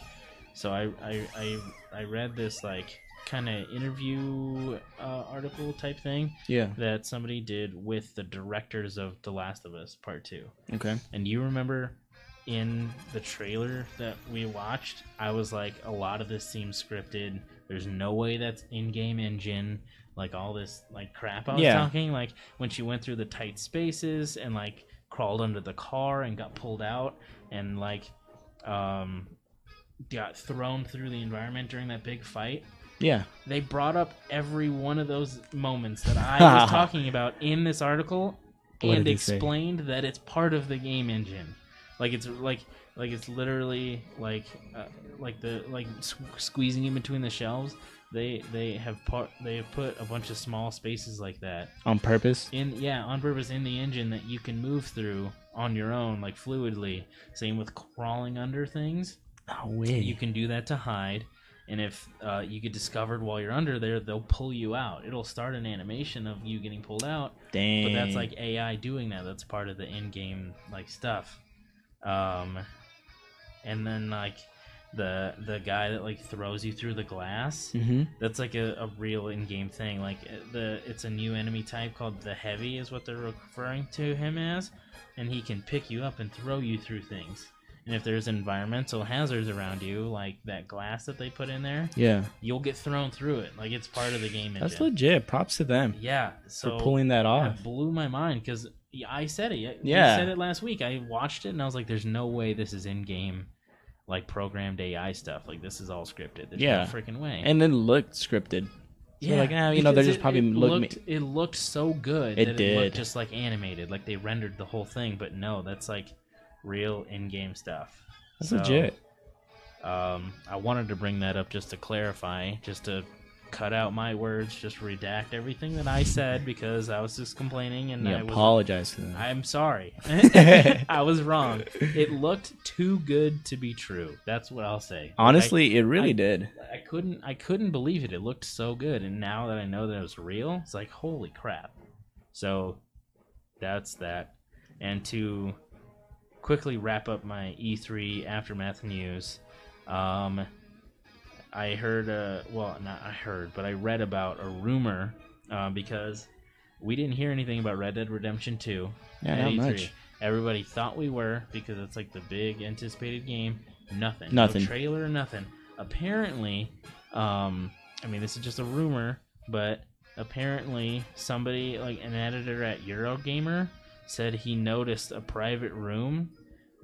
So I I I, I read this like kind of interview uh, article type thing
Yeah.
that somebody did with the directors of The Last of Us Part Two.
Okay.
<laughs> And you remember in the trailer that we watched, I was like, a lot of this seems scripted. There's no way that's in-game engine. Like all this like crap I was
Yeah.
talking. Like when she went through the tight spaces and like crawled under the car and got pulled out and like um got thrown through the environment during that big fight.
Yeah.
They brought up every one of those moments
<laughs>
that I was talking about in this article
What
and
did he say?
explained that it's part of the game engine. Like it's like like it's literally like uh, like the like s- squeezing in between the shelves. They they have part they have put a bunch of small spaces like that
On purpose.
in yeah on purpose in the engine that you can move through on your own like fluidly. Same with crawling under things.
No way.
You can do that to hide, and if uh, you get discovered while you're under there, they'll pull you out. It'll start an animation of you getting pulled out,
Dang.
but that's like AI doing that. That's part of the in-game like stuff. Um, and then like the the guy that like throws you through the glass.
Mm-hmm.
That's like a, a real in-game thing. Like uh, the it's a new enemy type called the heavy is what they're referring to him as, and he can pick you up and throw you through things. And if there's environmental hazards around you, like that glass that they put in there,
Yeah.
you'll get thrown through it. Like it's part of the game.
That's
engine.
legit. Props to them
yeah. So
for pulling that off.
that blew my mind because I said it. Yeah,
Yeah.
I said it last week. I watched it and I was like, "There's no way this is in-game, like programmed AI stuff. Like this is all scripted. There's
Yeah.
no freaking way."
And then looked scripted. So
Yeah,
like, ah, you know,
because
they're just
it-
probably
it
look-
looked, it looked so good.
It
that It
did.
looked just like animated, like they rendered the whole thing. But no, that's like real in-game stuff.
That's
So,
legit.
Um, I wanted to bring that up just to clarify, just to cut out my words, just redact everything that I said because I was just complaining and
Yeah,
I was
apologize to them.
<laughs>
<laughs>
I'm sorry. I was wrong. It looked too good to be true. That's what I'll say.
Honestly, it really
I-
did.
I, I couldn't I couldn't believe it. It looked so good and now that I know that it was real, it's like holy crap. So that's that. And to quickly wrap up my E3 aftermath news, um I heard uh well, not I heard, but I read about a rumor uh, because we didn't hear anything about Red Dead Redemption 2
Yeah,
at
not
E3.
much.
Everybody thought we were because it's like the big anticipated game. Nothing.
Nothing.
No trailer, nothing. Apparently, um, I mean, this is just a rumor, but apparently somebody, like an editor at Eurogamer, said he noticed a private room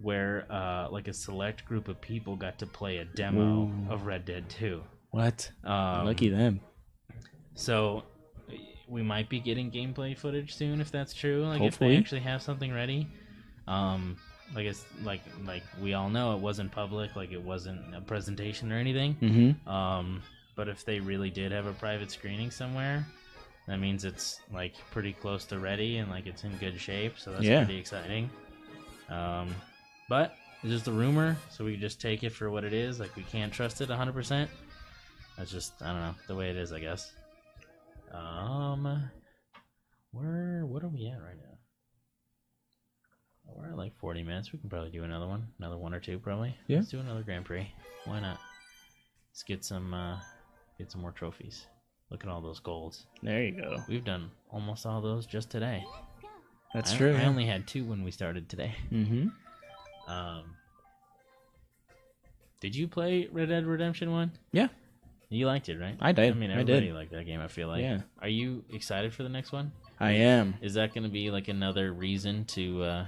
where uh, like a select group of people got to play a demo
Ooh.
of Red Dead 2.
What?
Um,
Lucky them.
so we might be getting gameplay footage soon if that's true. Like if
Hopefully.
they actually have something ready. Um like it's like like we all know it wasn't public, like it wasn't a presentation or anything.
Mm-hmm.
Um but if they really did have a private screening somewhere, that means it's like pretty close to ready and like it's in good shape, so that's
Yeah.
pretty exciting. Um but it's just a rumor, so we just take it for what it is. Like we can't trust it 100%. That's just I don't know, the way it is, I guess. Um, where what are we at right now? We're at like 40 minutes. We can probably do another one, another one or two, probably.
Yeah.
Let's do another Grand Prix. Why not? Let's get some, uh, get some more trophies. Look at all those golds.
There you go.
We've done almost all those just today.
That's
I,
true.
I only had two when we started today.
Mm-hmm.
Um, did you play Red Dead Redemption One?
Yeah.
You liked it, right?
I did.
I mean,
I
everybody
did.
liked that game. I feel like.
Yeah.
Are you excited for the next one?
I am
Is that going to be like another reason to uh,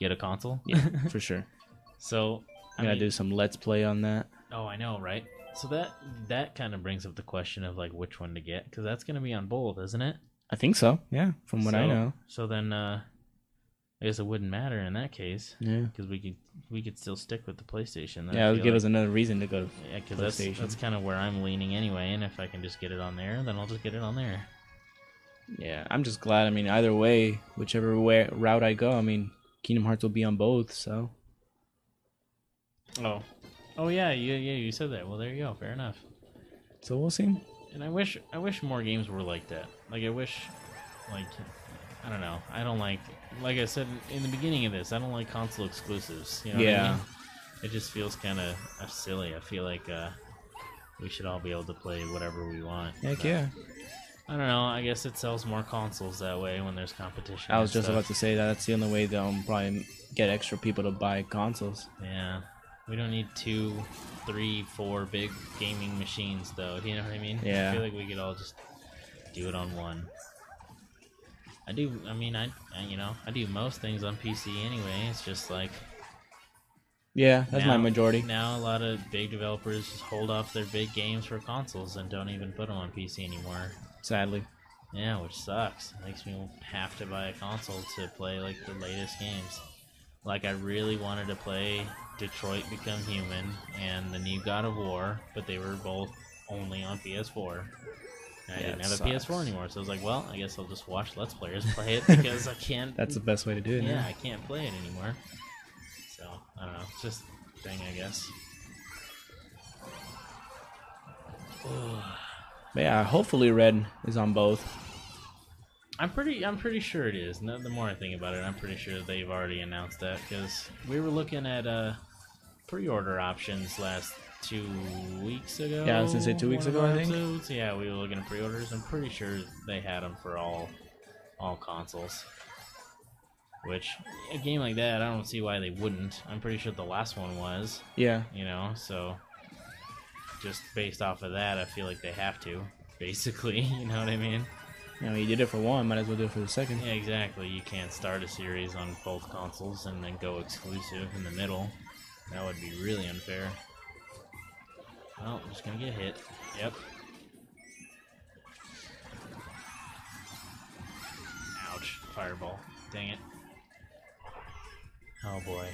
get a console?
<laughs> for sure.
<laughs> so
I'm gonna
mean-
do some let's play on that.
Oh, I know, right? So that that kind of brings up the question of like which one to get because that's going to be on both, isn't it?
I think so. Yeah, from what I
So-
know.
So then, uh, I guess it wouldn't matter in that case
Yeah.
because we could we could still stick with the PlayStation. then, I
Yeah, it'll
feel
give
like.
us another reason to go. To,
Yeah, because that's
PlayStation.
that's kind of where I'm leaning anyway. And if I can just get it on there, then I'll just get it on there.
yeah, I'm just glad. I mean, either way, whichever way route I go, I mean, Kingdom Hearts will be on both. So
Oh, oh yeah, yeah, yeah. You said that. Well, there you go. Fair enough.
so we'll see.
And I wish I wish more games were like that. Like I wish, like I don't know. I don't like like I said in the beginning of this. I don't like console exclusives. You know what I
Yeah.
mean? It just feels kind of uh, silly. I feel like uh, we should all be able to play whatever we want.
Heck
But
yeah.
I don't know. I guess it sells more consoles that way when there's competition.
I
and
was just
stuff.
about to say that. That's the only way they'll probably get extra people to buy consoles.
Yeah. We don't need two, three, four big gaming machines, though. You know what I mean?
Yeah.
I feel like we could all just do it on one. I do. I mean, I, I you know, I do most things on PC anyway. It's just like
Yeah, that's my
now-
majority.
Now a lot of big developers just hold off their big games for consoles and don't even put them on PC anymore.
Sadly.
Yeah, which sucks. It makes me have to buy a console to play like the latest games. Like I really wanted to play Detroit Become Human and the new God of War, but they were both only on PS4. And I
Yeah,
didn't
it
have a
sucks.
PS4 anymore, so I was like, well, I guess I'll just watch Let's Players
<laughs>
play it because I can't.
That's the best way to do it.
yeah,
Yeah.
I can't play it anymore. So I don't know. It's just a thing, I guess.
But yeah, hopefully Red is on both.
I'm pretty. I'm pretty sure it is. No, the more I think about it, I'm pretty sure they've already announced that because we were looking at uh, pre-order options last two weeks ago.
Yeah, I was gonna say two weeks
one of
ago,
our
I think.
episodes. Yeah, we were looking at pre-orders. I'm pretty sure they had them for all, all consoles. Which a game like that, I don't see why they wouldn't. I'm pretty sure the last one was.
Yeah.
You know, so just based off of that, I feel like they have to. <laughs> Basically, you know what I mean.
You know, you did it for one, might as well do it for the second.
Yeah, exactly. You can't start a series on both consoles and then go exclusive in the middle. That would be really unfair. Oh, I'm just gonna get hit. Yep. Ouch. Fireball. Dang it. Oh boy.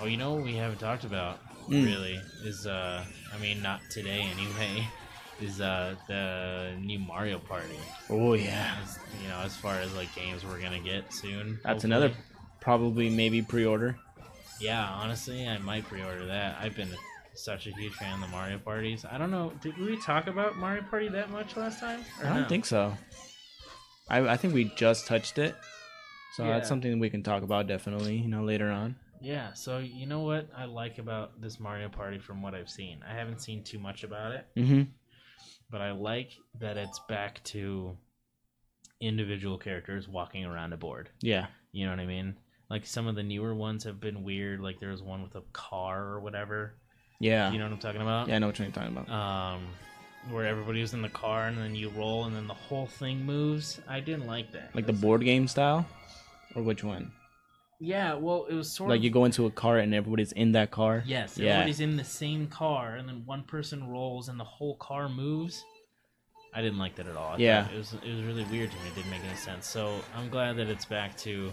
Oh, you know what we haven't talked about
Mm.
really is uh I mean not today anyway <laughs> is uh the new Mario Party
Oh, yeah.
as you know, as far as like games we're gonna get soon.
That's
hopefully.
another probably maybe pre order.
Yeah, honestly, I might pre-order that. I've been such a huge fan of the Mario parties. I don't know, did we talk about Mario Party that much last time? Or
I don't
no?
think so. I, I think we just touched it. So
Yeah.
that's something we can talk about definitely, you know, later on.
Yeah. So you know what I like about this Mario Party from what I've seen. I haven't seen too much about it,
Mm-hmm.
but I like that it's back to individual characters walking around a board.
Yeah.
You know what I mean? Like some of the newer ones have been weird. Like there was one with a car or whatever.
Yeah.
You know what I'm talking about?
yeah, I know what you're talking about.
um, where everybody was in the car and then you roll and then the whole thing moves. I didn't like that.
like the board game style? Or which one?
yeah, well, it was sort
Like
of
you go into a car and everybody's in that car?
yes,
Yeah.
everybody's in the same car and then one person rolls and the whole car moves. I didn't like that at all. I
Yeah.
thought it was it was really weird to me. It didn't make any sense. So I'm glad that it's back to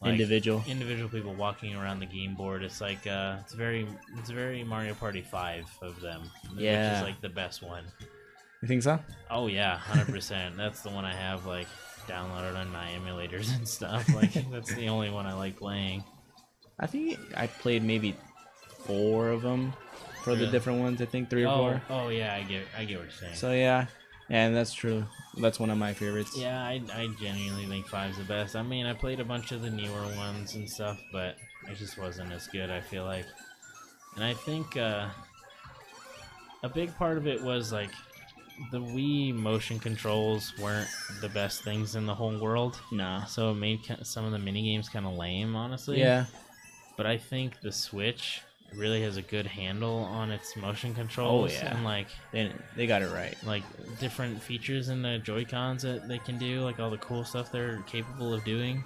like,
Individual.
individual people walking around the game board. It's like uh, it's very it's very Mario Party Five of them. which
Yeah.
is like the best one.
You think so?
Oh yeah, hundred percent. That's the one I have like downloaded on my emulators and stuff. <laughs> Like that's the only one I like playing.
I think I played maybe four of them for the
Really?
different ones. I think three or
Oh,
four.
oh yeah, I get I get what you're saying.
So yeah, and that's true. That's one of my favorites.
yeah, I, I genuinely think five's the best. I mean, I played a bunch of the newer ones and stuff, but it just wasn't as good. I feel like, and I think uh, a big part of it was like the Wii motion controls weren't the best things in the whole world.
Nah.
So it made ki- some of the mini games kind of lame, honestly.
Yeah.
But I think the Switch really has a good handle on its motion controls
Oh, yeah.
and like
They, they got it right.
like different features in the Joy Cons that they can do, like all the cool stuff they're capable of doing.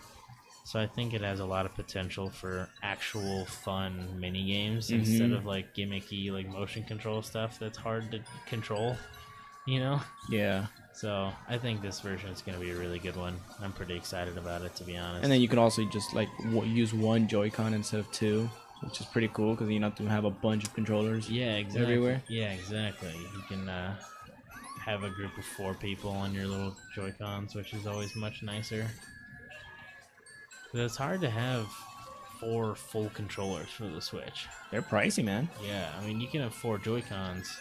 So I think it has a lot of potential for actual fun mini games
Mhm.
instead of like gimmicky like motion control stuff that's hard to control. You know?
Yeah.
So I think this version is going to be a really good one. I'm pretty excited about it, to be honest.
And then you can also just like w- use one Joy-Con instead of two, which is pretty cool because you don't have to have a bunch of controllers.
yeah, exactly.
everywhere.
Yeah, exactly. You can uh, have a group of four people on your little Joy Cons, which is always much nicer. But it's hard to have four full controllers for the Switch.
They're pricey, man.
Yeah, I mean you can have four Joy Cons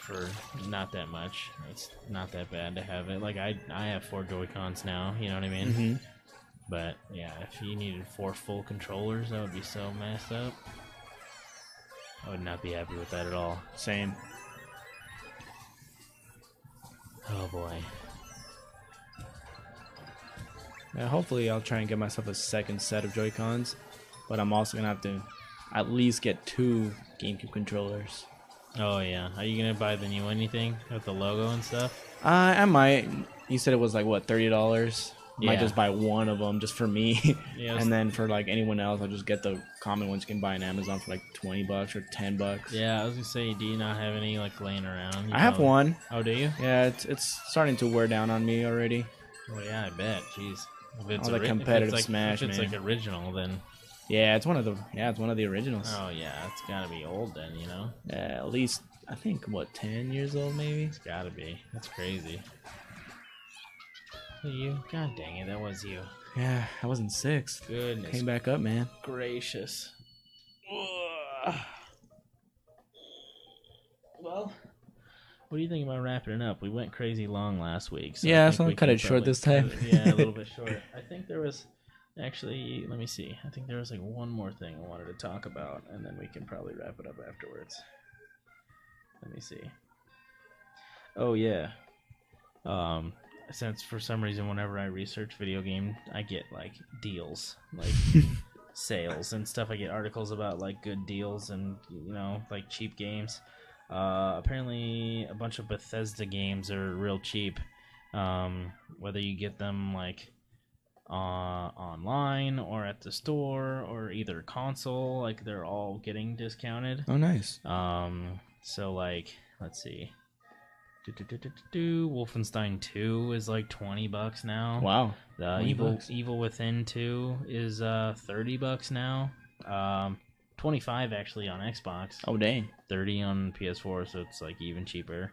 for not that much. It's not that bad to have it. Like I, I have four Joy Cons now. You know what I mean?
hmm
But yeah, if you needed four full controllers, that would be so messed up. I would not be happy with that at all.
Same.
Oh boy.
Yeah, hopefully, I'll try and get myself a second set of Joy-Cons, but I'm also gonna have to at least get two GameCube controllers.
Oh yeah. Are you gonna buy the new anything with the logo and stuff?
Uh, I might. You said it was like what thirty dollars. Might
Yeah.
just buy one of them just for me, <laughs>
Yeah,
and then for like anyone else, I'll just get the common ones you can buy on Amazon for like twenty bucks or ten bucks.
Yeah, I was gonna say, do you not have any like laying around? You
I have
probably-
one.
Oh, do you?
Yeah, it's it's starting to wear down on me already.
Oh yeah, I bet. Jeez. If it's
All the
ori- if it's,
competitive
like,
Smash,
If it's
man.
like original, then
Yeah, it's one of the yeah, it's one of the originals.
oh yeah, it's gotta be old then. You know,
Uh, at least I think what ten years old maybe.
it's gotta be. That's crazy. Is it You? God dang it, that was you.
Yeah, I was in sixth.
Goodness
Came back up, man.
gracious. Ugh. Well, what do you think about wrapping it up? We went crazy long last week. So
Yeah,
I think
so
we
I'll cut
can
it short
probably
this time.
cut it- yeah, a
<laughs>
little bit short. I think there was actually, let me see. I think there was like one more thing I wanted to talk about, and then we can probably wrap it up afterwards. Let me see. Oh yeah. Um, since for some reason whenever I research video game, I get like deals, like sales and stuff. I get articles about like good deals and you know like cheap games. Uh, apparently, a bunch of Bethesda games are real cheap. Um, whether you get them like uh, online or at the store or either console, like they're all getting discounted.
Oh, nice.
Um, so like, let's see. Do, do, do, do, do, do. Wolfenstein 2 is like 20 bucks now.
Wow.
The
20
Evil
bucks.
Evil Within 2 is uh 30 bucks now. Um 25 actually on Xbox,
Oh, dang.
30 on PS4, so it's like even cheaper.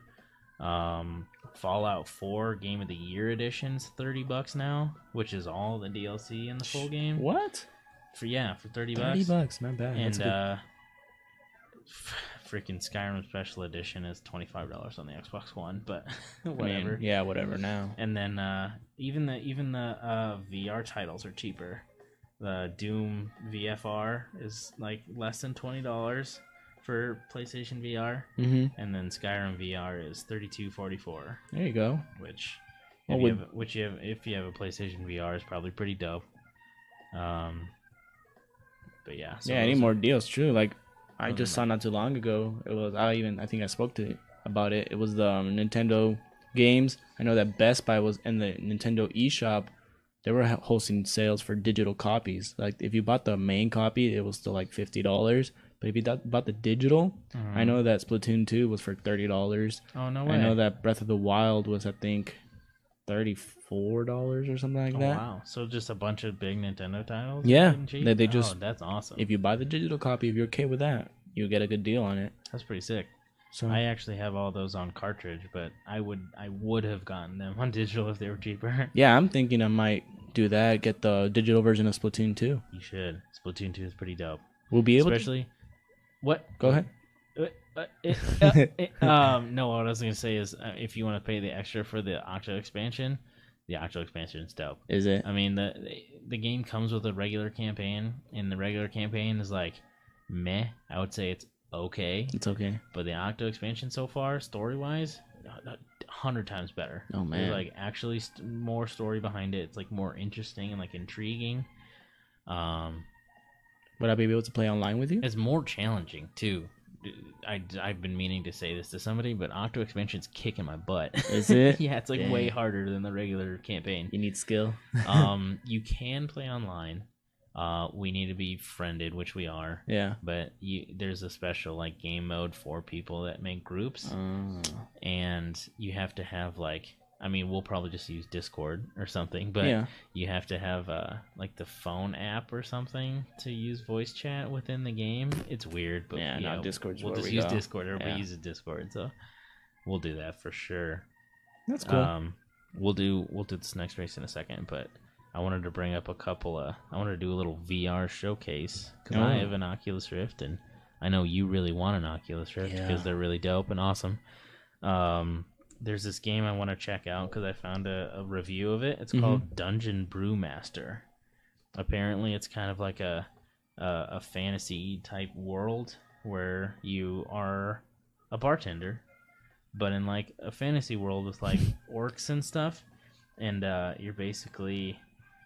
Um Fallout 4 Game of the Year edition's 30 bucks now, which is all the DLC in the full game.
What?
For yeah, for 30 bucks.
Thirty bucks, not bad. <laughs> That's
And
a good-
uh, f- freaking Skyrim Special Edition is twenty five dollars on the Xbox One, but <laughs>
I mean,
whatever.
yeah, whatever. Now.
And then uh, even the even the uh, VR titles are cheaper. The Doom VFR is like less than twenty dollars for PlayStation VR,
Mm-hmm.
and then Skyrim VR is thirty two forty four,
There you go.
which
Well,
if you
with-
have, which you have, if you have a PlayStation VR is probably pretty dope. Um, but yeah, so
yeah, any
those are- Mm-hmm.
more deals? True. Like I
those are
just
my-
saw not too long ago. It was I even I think I spoke to about it. It was the um, Nintendo games. I know that Best Buy was in the Nintendo eShop. They were ho- hosting sales for digital copies. Like if you bought the main copy, it was still like fifty dollars. But if you do- bought the digital,
Mhm.
I know that Splatoon two was for thirty dollars.
Oh no way!
I know that Breath of the Wild was I think thirty four dollars or something like
Oh,
that.
wow! So just a bunch of big Nintendo titles.
Yeah,
getting cheap?
that they
Oh,
just-
that's awesome.
If you buy the digital copy, if you're okay with that, you get a good deal on it.
That's pretty sick.
So
I actually have all those on cartridge, but I would I would have gotten them <laughs> on digital if they were cheaper.
Yeah, I'm thinking I might do that. Get the digital version of Splatoon 2.
You should. Splatoon two is pretty dope,
We'll be able
especially. What?
to. Go ahead.
Uh, uh,
<laughs>
it- uh, it- um, no, what I was gonna say is uh, if you want to pay the extra for the Octo expansion, the Octo expansion is dope.
Is it?
I mean, the the game comes with a regular campaign, and the regular campaign is like meh. I would say it's okay,
It's okay.
but the Octo expansion so far, story wise, hundred times better.
Oh, man.
There's like actually st- more story behind it. It's like more interesting and like intriguing. Um,
Would I be able to play online with you?
It's more challenging too. I have been meaning to say this to somebody, but Octo Expansion's kicking my butt.
Is it?
<laughs> yeah, it's like
Dang.
way harder than the regular campaign.
<laughs> You need skill.
um, you can play online. Uh, we need to be friended, which we are.
Yeah.
But you, there's a special like game mode for people that make groups,
Uh,
and you have to have like. I mean, we'll probably just use Discord or something, but
yeah.
you have to have uh like the phone app or something to use voice chat within the game. It's weird, but
Yeah,
you
no,
know,
Discord's
We'll
where
just
we
use
go.
Discord. Everybody
Yeah.
uses Discord, so we'll do that for sure.
That's cool.
Um, we'll do we'll do this next race in a second, but I wanted to bring up a couple. Of, I wanted to do a little VR showcase because I
Oh.
have an Oculus Rift, and I know you really want an Oculus Rift because
Yeah.
they're really dope and awesome. Um, there's this game I want to check out because I found a, a review of it. It's
Mhm.
called Dungeon Brewmaster. Apparently, it's kind of like a a, a fantasy type world where you are a bartender but in like a fantasy world with like <laughs> orcs and stuff and uh, you're basically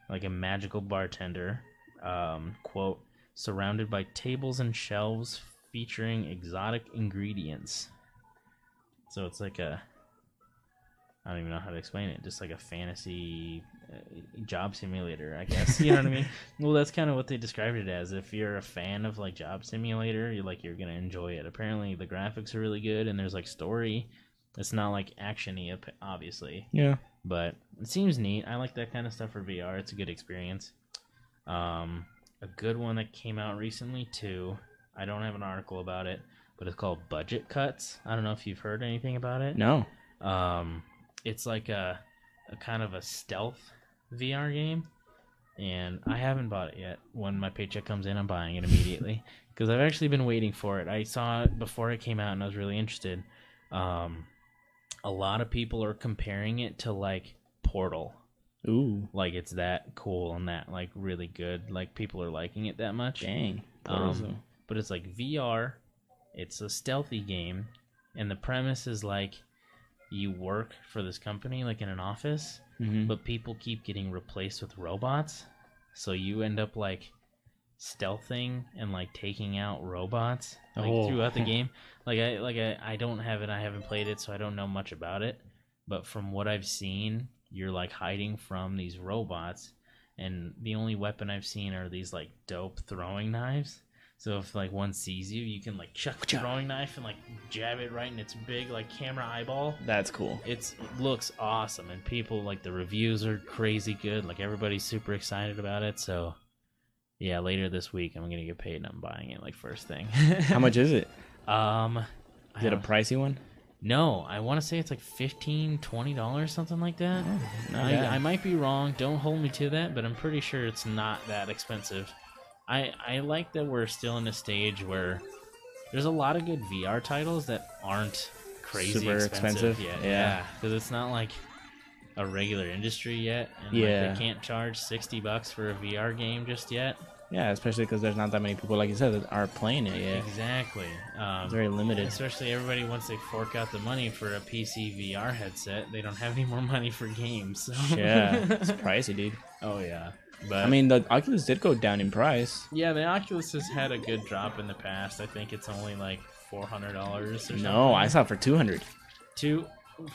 like a magical bartender um, quote surrounded by tables and shelves featuring exotic ingredients so it's like a i don't even know how to explain it just like a fantasy uh, job simulator i guess you know what i mean well that's kind of what they described it as if you're a fan of like job simulator you're like you're gonna enjoy it apparently the graphics are really good and there's like story it's not like actiony ap- obviously
yeah.
but it seems neat. I like that kind of stuff for VR. It's a good experience. Um, a good one that came out recently too. I don't have an article about it, but it's called Budget Cuts. I don't know if you've heard anything about it.
No.
Um, it's like a, a kind of a stealth VR game, and I haven't bought it yet. When my paycheck comes in, I'm buying it immediately because I've actually been waiting for it. I saw it before it came out, and I was really interested. Um, a lot of people are comparing it to like Portal,
Ooh.
like it's that cool and that like really good. Like people are liking it that much
Dang.
Um,
Porzo.
but it's like VR. It's a stealthy game, and the premise is like you work for this company, like in an office,
Mhm.
but people keep getting replaced with robots. So you end up like stealthing and like taking out robots like
Oh.
throughout the game. Like I like I, I don't have it. I haven't played it, so I don't know much about it. But from what I've seen, you're like hiding from these robots, and the only weapon I've seen are these like dope throwing knives. So if like one sees you, you can like chuck the throwing knife and like jab it right in its big like camera eyeball
That's cool.
it's it looks awesome and people like the reviews are crazy good like everybody's super excited about it so yeah later this week i'm gonna get paid and i'm buying it like first thing <laughs>
How much is it?
um
Is it a
I-
pricey one?
no i want to say it's like 15 20 dollars something like that
Not
I,
bad.
I might be wrong don't hold me to that but i'm pretty sure it's not that expensive i i like that we're still in a stage where there's a lot of good vr titles that aren't crazy
Super
expensive,
expensive?
yet
Yeah.
yeah because it's not like a regular industry yet and like,
Yeah.
they can't charge 60 bucks for a vr game just yet
yeah, especially because there's not that many people, like you said, that are playing it yet.
exactly um,
It's very limited.
Especially everybody once they fork out the money for a PC VR headset, they don't have any more money for games. So.
<laughs> yeah, it's pricey, dude.
oh yeah. But
I mean, the Oculus did go down in price.
Yeah, the Oculus has had a good drop in the past. I think it's only like four hundred dollars or something.
No, I saw it for 200.
two.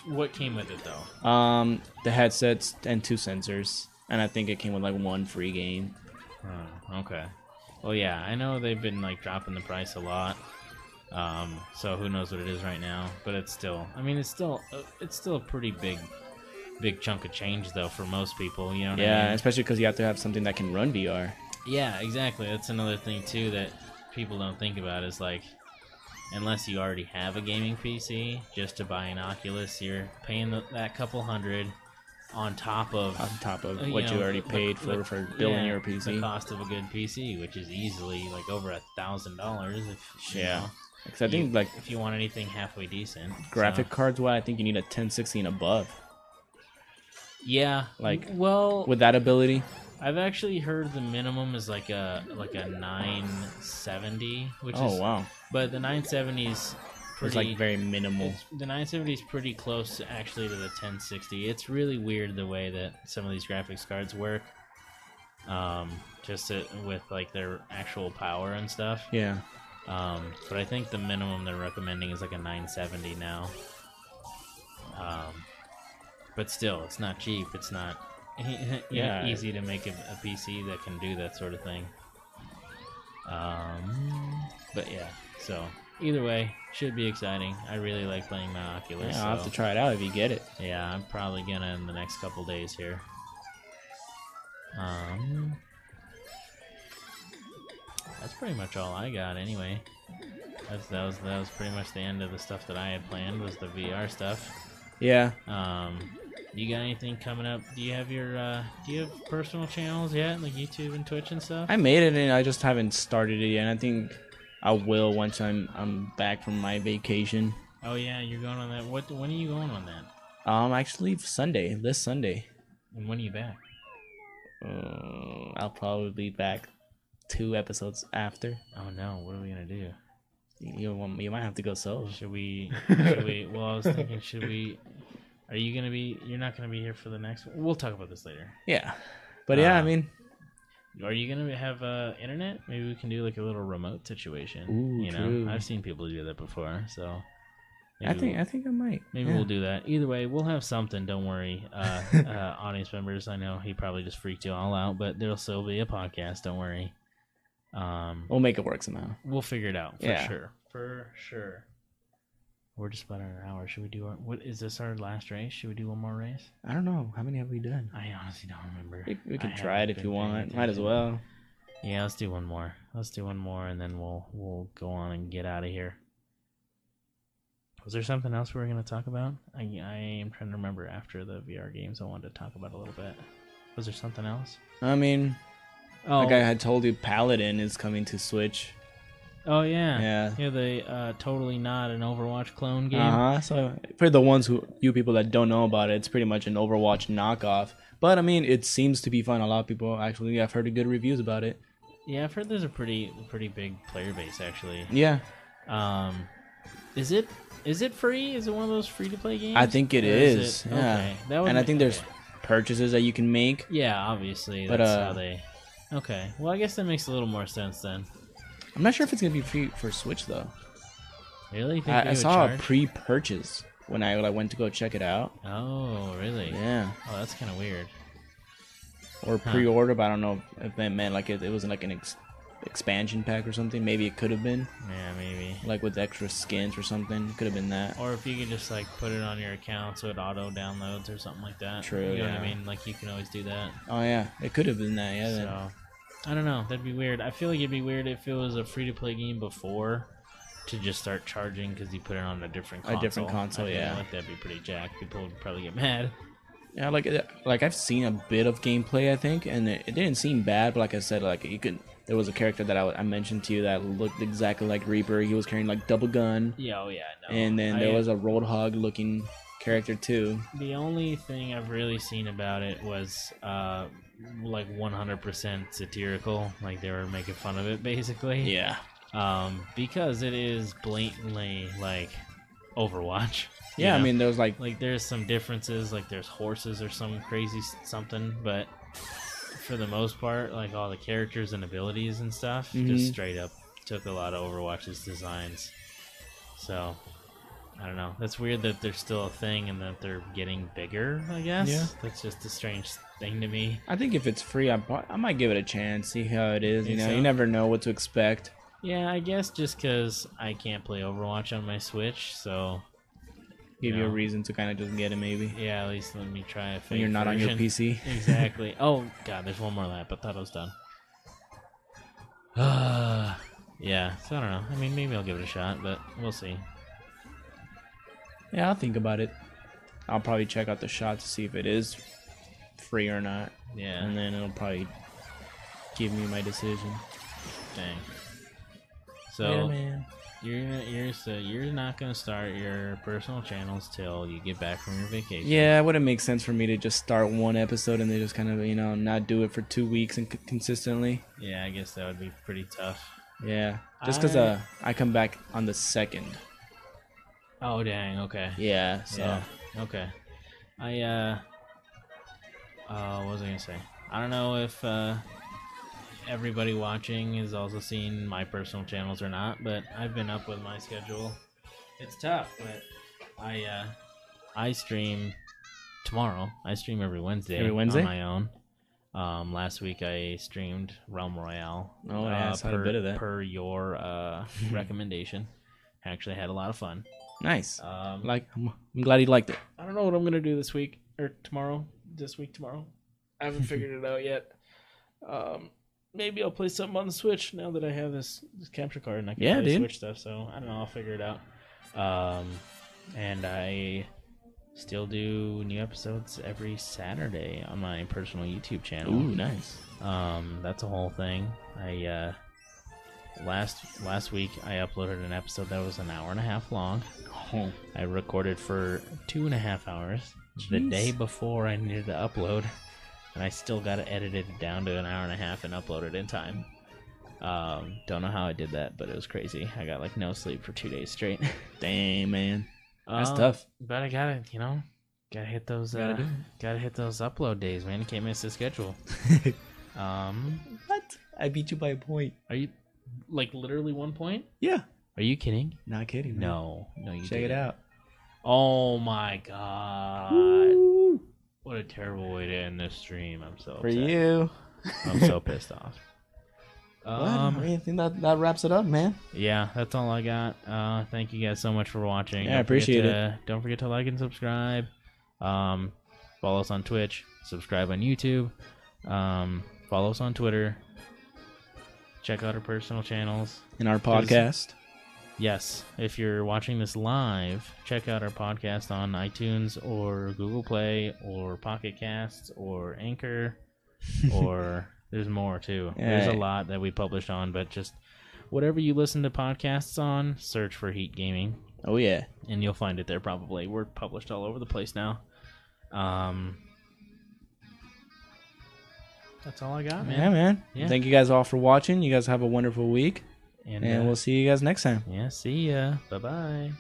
What came with it though?
Um, the headsets and two sensors, and I think it came with like one free game.
Oh, okay. Well, yeah, I know they've been like dropping the price a lot. Um, so who knows what it is right now? But it's still. I mean, it's still. uh, It's still a pretty big, big chunk of change though for most people. You know. What I
Yeah,
mean?
especially because you have to have something that can run VR.
Yeah, exactly. That's another thing too that people don't think about is like unless you already have a gaming PC, just to buy an Oculus, you're paying the, that couple hundred on top of
on top of
uh,
what you
know,
already
the-
paid for
the-
for building
yeah,
your
The
PC.
cost of a good PC, which is easily like over a thousand dollars. If you
Yeah.
know,
Because I think
you-
like
if you want anything halfway decent,
graphic
So,
cards, wise, I think you need a 1060 and above
yeah,
like,
well,
with that ability.
I've actually heard the minimum is like a like a nine seventy, which
Oh
is
wow,
But the 970s
it's
pretty
like very minimal.
it's- the 970s pretty close to- actually to the 1060. It's really weird the way that some of these graphics cards work. um, just to, with like their actual power and stuff.
Yeah.
Um, but I think the minimum they're recommending is like a 970 now. Um, but still, it's not cheap. It's not <laughs>
Yeah.
yeah easy to make a, a PC that can do that sort of thing. Um, but yeah, so either way, should be exciting. I really like playing my Oculus.
yeah I'll have
so-
to try it out if you get it.
yeah, I'm probably gonna in the next couple days here. Um, that's pretty much all I got anyway. That's, that was that was pretty much the end of the stuff that I had planned was the VR stuff.
Yeah.
Um, you got anything coming up? Do you have your uh, do you have personal channels yet, like YouTube and Twitch and stuff?
I made it and I just haven't started it yet. I think I will once I'm I'm back from my vacation.
oh yeah, you're going on that. What when are you going on that?
Um, actually Sunday, this Sunday,
And when are you back?
uh, I'll probably be back two episodes after.
Oh no, what are we gonna do?
You want- you might have to go solo. <laughs>
Should we? Should we? Well, I was thinking, should we? Are you gonna be? You're not gonna be here for the next. one? We'll talk about this later.
Yeah, but yeah, I
Uh,
mean,
Are you gonna have uh, internet? Maybe we can do like a little remote situation.
Ooh,
you know,
true.
I've seen people do that before, so.
I
maybe
think
we'll-
I think I might.
Maybe
yeah.
we'll do that. Either way, we'll have something. Don't worry,
<laughs>
uh, uh, audience members. I know he probably just freaked you all out, but there'll still be a podcast. Don't worry. Um,
We'll make it work somehow.
we'll figure it out for
Yeah.
sure. For sure. We're just about at an hour. Should we do our? What is this our last race? Should we do one more race?
I don't know how many have we done.
I honestly don't remember.
We, we
I
can try it
haven't
if
been
you
paying
want. Might as
attention.
well.
Yeah, let's do one more. Let's do one more, and then we'll we'll go on and get out of here. Was there something else we were gonna talk about? I I am trying to remember after the VR games I wanted to talk about a little bit. Was there something else?
I mean,
Oh,
like I had told you, Paladin is coming to Switch.
oh yeah,
Yeah.
yeah. The uh, totally not an Overwatch clone game.
Uh huh. So for the ones who you people that don't know about it, it's pretty much an Overwatch knockoff. But I mean, it seems to be fun. A lot of people actually have heard good reviews about it.
Yeah, I've heard there's a pretty pretty big player base actually.
Yeah,
Um, is it is it free? Is it one of those free to play games?
I think it
Or
is. Yeah,
Okay. That would
and I
ma-
think there's
okay.
purchases that you can make.
Yeah, obviously.
But,
That's
uh,
how they. Okay. Well, I guess that makes a little more sense then.
I'm not sure if it's gonna be free for Switch though.
Really? You think they
I, I
would
saw a
charge?
pre-purchase when I like, went to go check it out.
Oh, really?
Yeah,
Oh, that's kind of weird.
or pre-order, but I don't know if that meant like it, it was like an ex- expansion pack or something. Maybe it could have been
Yeah, maybe.
like with extra skins or something. Could have been that.
Or if you could just like put it on your account so it auto downloads or something like that.
True,
You know what I
yeah.
mean? Like you can always do that.
Oh yeah, it could have been that. Yeah. then.
So I don't know. That'd be weird. I feel like it'd be weird if it was a free to play game before to just start charging because you put it on a different
A
console.
different console,
I feel
yeah.
Like that'd be pretty jacked. People would probably get <laughs> mad.
Yeah, like uh, like I've seen a bit of gameplay, I think, and it, it didn't seem bad. But like I said, like you could, there was a character that I, I mentioned to you that looked exactly like Reaper. He was carrying like double gun,
Yeah. Oh yeah. No.
and then there
I-
was a Roadhog looking character too.
The only thing I've really seen about it was uh, like 100% satirical, like they were making fun of it basically.
Yeah,
Um, because it is blatantly like Overwatch. <laughs> you
yeah. I
know?
mean, there was like
like there's some differences, like there's horses or some crazy s- something, but for the most part, like all the characters and abilities and stuff, just
Mhm.
straight up took a lot of Overwatch's designs. So I don't know. That's weird that they're still a thing and that they're getting bigger. I guess
Yeah.
that's just a strange thing to me.
I think if it's free, I pro- I might give it a chance, see how it is. You
Think
know,
so?
you never know what to expect.
Yeah, I guess just because I can't play Overwatch on my Switch, so
Give you a
No.
reason to kind of just get it maybe
yeah, at least let me try it.
when you're not on your PC.
Exactly. Oh god, there's one more lap. I thought I was done. <sighs> Uh, yeah. So I don't know. I mean, maybe I'll give it a shot, but we'll see.
Yeah, I'll think about it. I'll probably check out the shot to see if it is free or not.
Yeah.
and then it'll probably give me my decision.
Dang.
yeah,
So
man.
you're gonna, you're so you're not gonna start your personal channels till you get back from your vacation.
Yeah, it wouldn't make sense for me to just start one episode and then just kind of you know not do it for two weeks and c- consistently.
Yeah. I guess that would be pretty tough.
Yeah, just because
I-
uh, I come back on the second.
Oh dang. Okay.
Yeah, so
Yeah. Okay. I uh uh what was I gonna say? I don't know if uh everybody watching is also seeing my personal channels or not, but I've been up with my schedule. It's tough, but I uh, I stream tomorrow. I stream every Wednesday.
Every Wednesday?
on my own. Um, last week I streamed Realm Royale. uh,
Oh, yeah, I saw a
per,
bit of that.
Per
<laughs>
your uh, recommendation, actually had a lot of fun.
Nice.
Um,
Like, I'm, I'm glad he liked it.
I don't know what I'm gonna do this week or tomorrow. This week, tomorrow. I
<laughs>
haven't figured it out yet. Um, maybe I'll play something on the Switch now that I have this, this capture card and I can
Yeah,
play
dude.
Switch stuff. So I don't know. I'll figure it out. Um, and I still do new episodes every Saturday on my personal YouTube channel.
Ooh, nice.
Um, that's a whole thing. I uh, last last week I uploaded an episode that was an hour and a half long.
Oh.
I recorded for two and a half hours the
Jeez.
day before I needed to upload, and I still got it edited down to an hour and a half and uploaded in time. Um, don't know how I did that, but it was crazy. I got like no sleep for two days straight. <laughs>
Dang, <laughs> man. That's
Um,
tough.
But I got it. You know, gotta hit those.
Gotta
uh,
do it.
gotta hit those upload days, man. Can't miss the schedule. um,
What? I beat you by a point.
Are you like literally one point? Mm-hmm.
Yeah.
Are you kidding?
Not kidding. man.
No, no, you
Check it
didn't.
out.
Oh my god!
Woo.
What a terrible way to end this stream. I'm so
For
upset.
you.
I'm so pissed off.
<laughs>
Um,
what? I mean, I think that, that wraps it up, man.
yeah, that's all I got. Uh, thank you guys so much for watching.
Yeah, I appreciate
forget to, it. Don't forget to like and subscribe. Um, follow us on Twitch. Subscribe on YouTube. Um, follow us on Twitter. Check out our personal channels.
In our podcast.
Yes, if you're watching this live, check out our podcast on iTunes or Google Play or Pocket Casts or
<laughs>
Anchor or there's more too. There's a
Yeah.
lot that we publish on, but just whatever you listen to podcasts on, search for Heat Gaming
Oh, yeah.
and you'll find it there probably. We're published all over the place now. Um That's all I got, man.
Yeah, man.
Yeah.
Thank you guys all for watching. You guys have a wonderful week.
And,
And
uh,
we'll see you guys next time.
yeah, see ya. Bye-bye.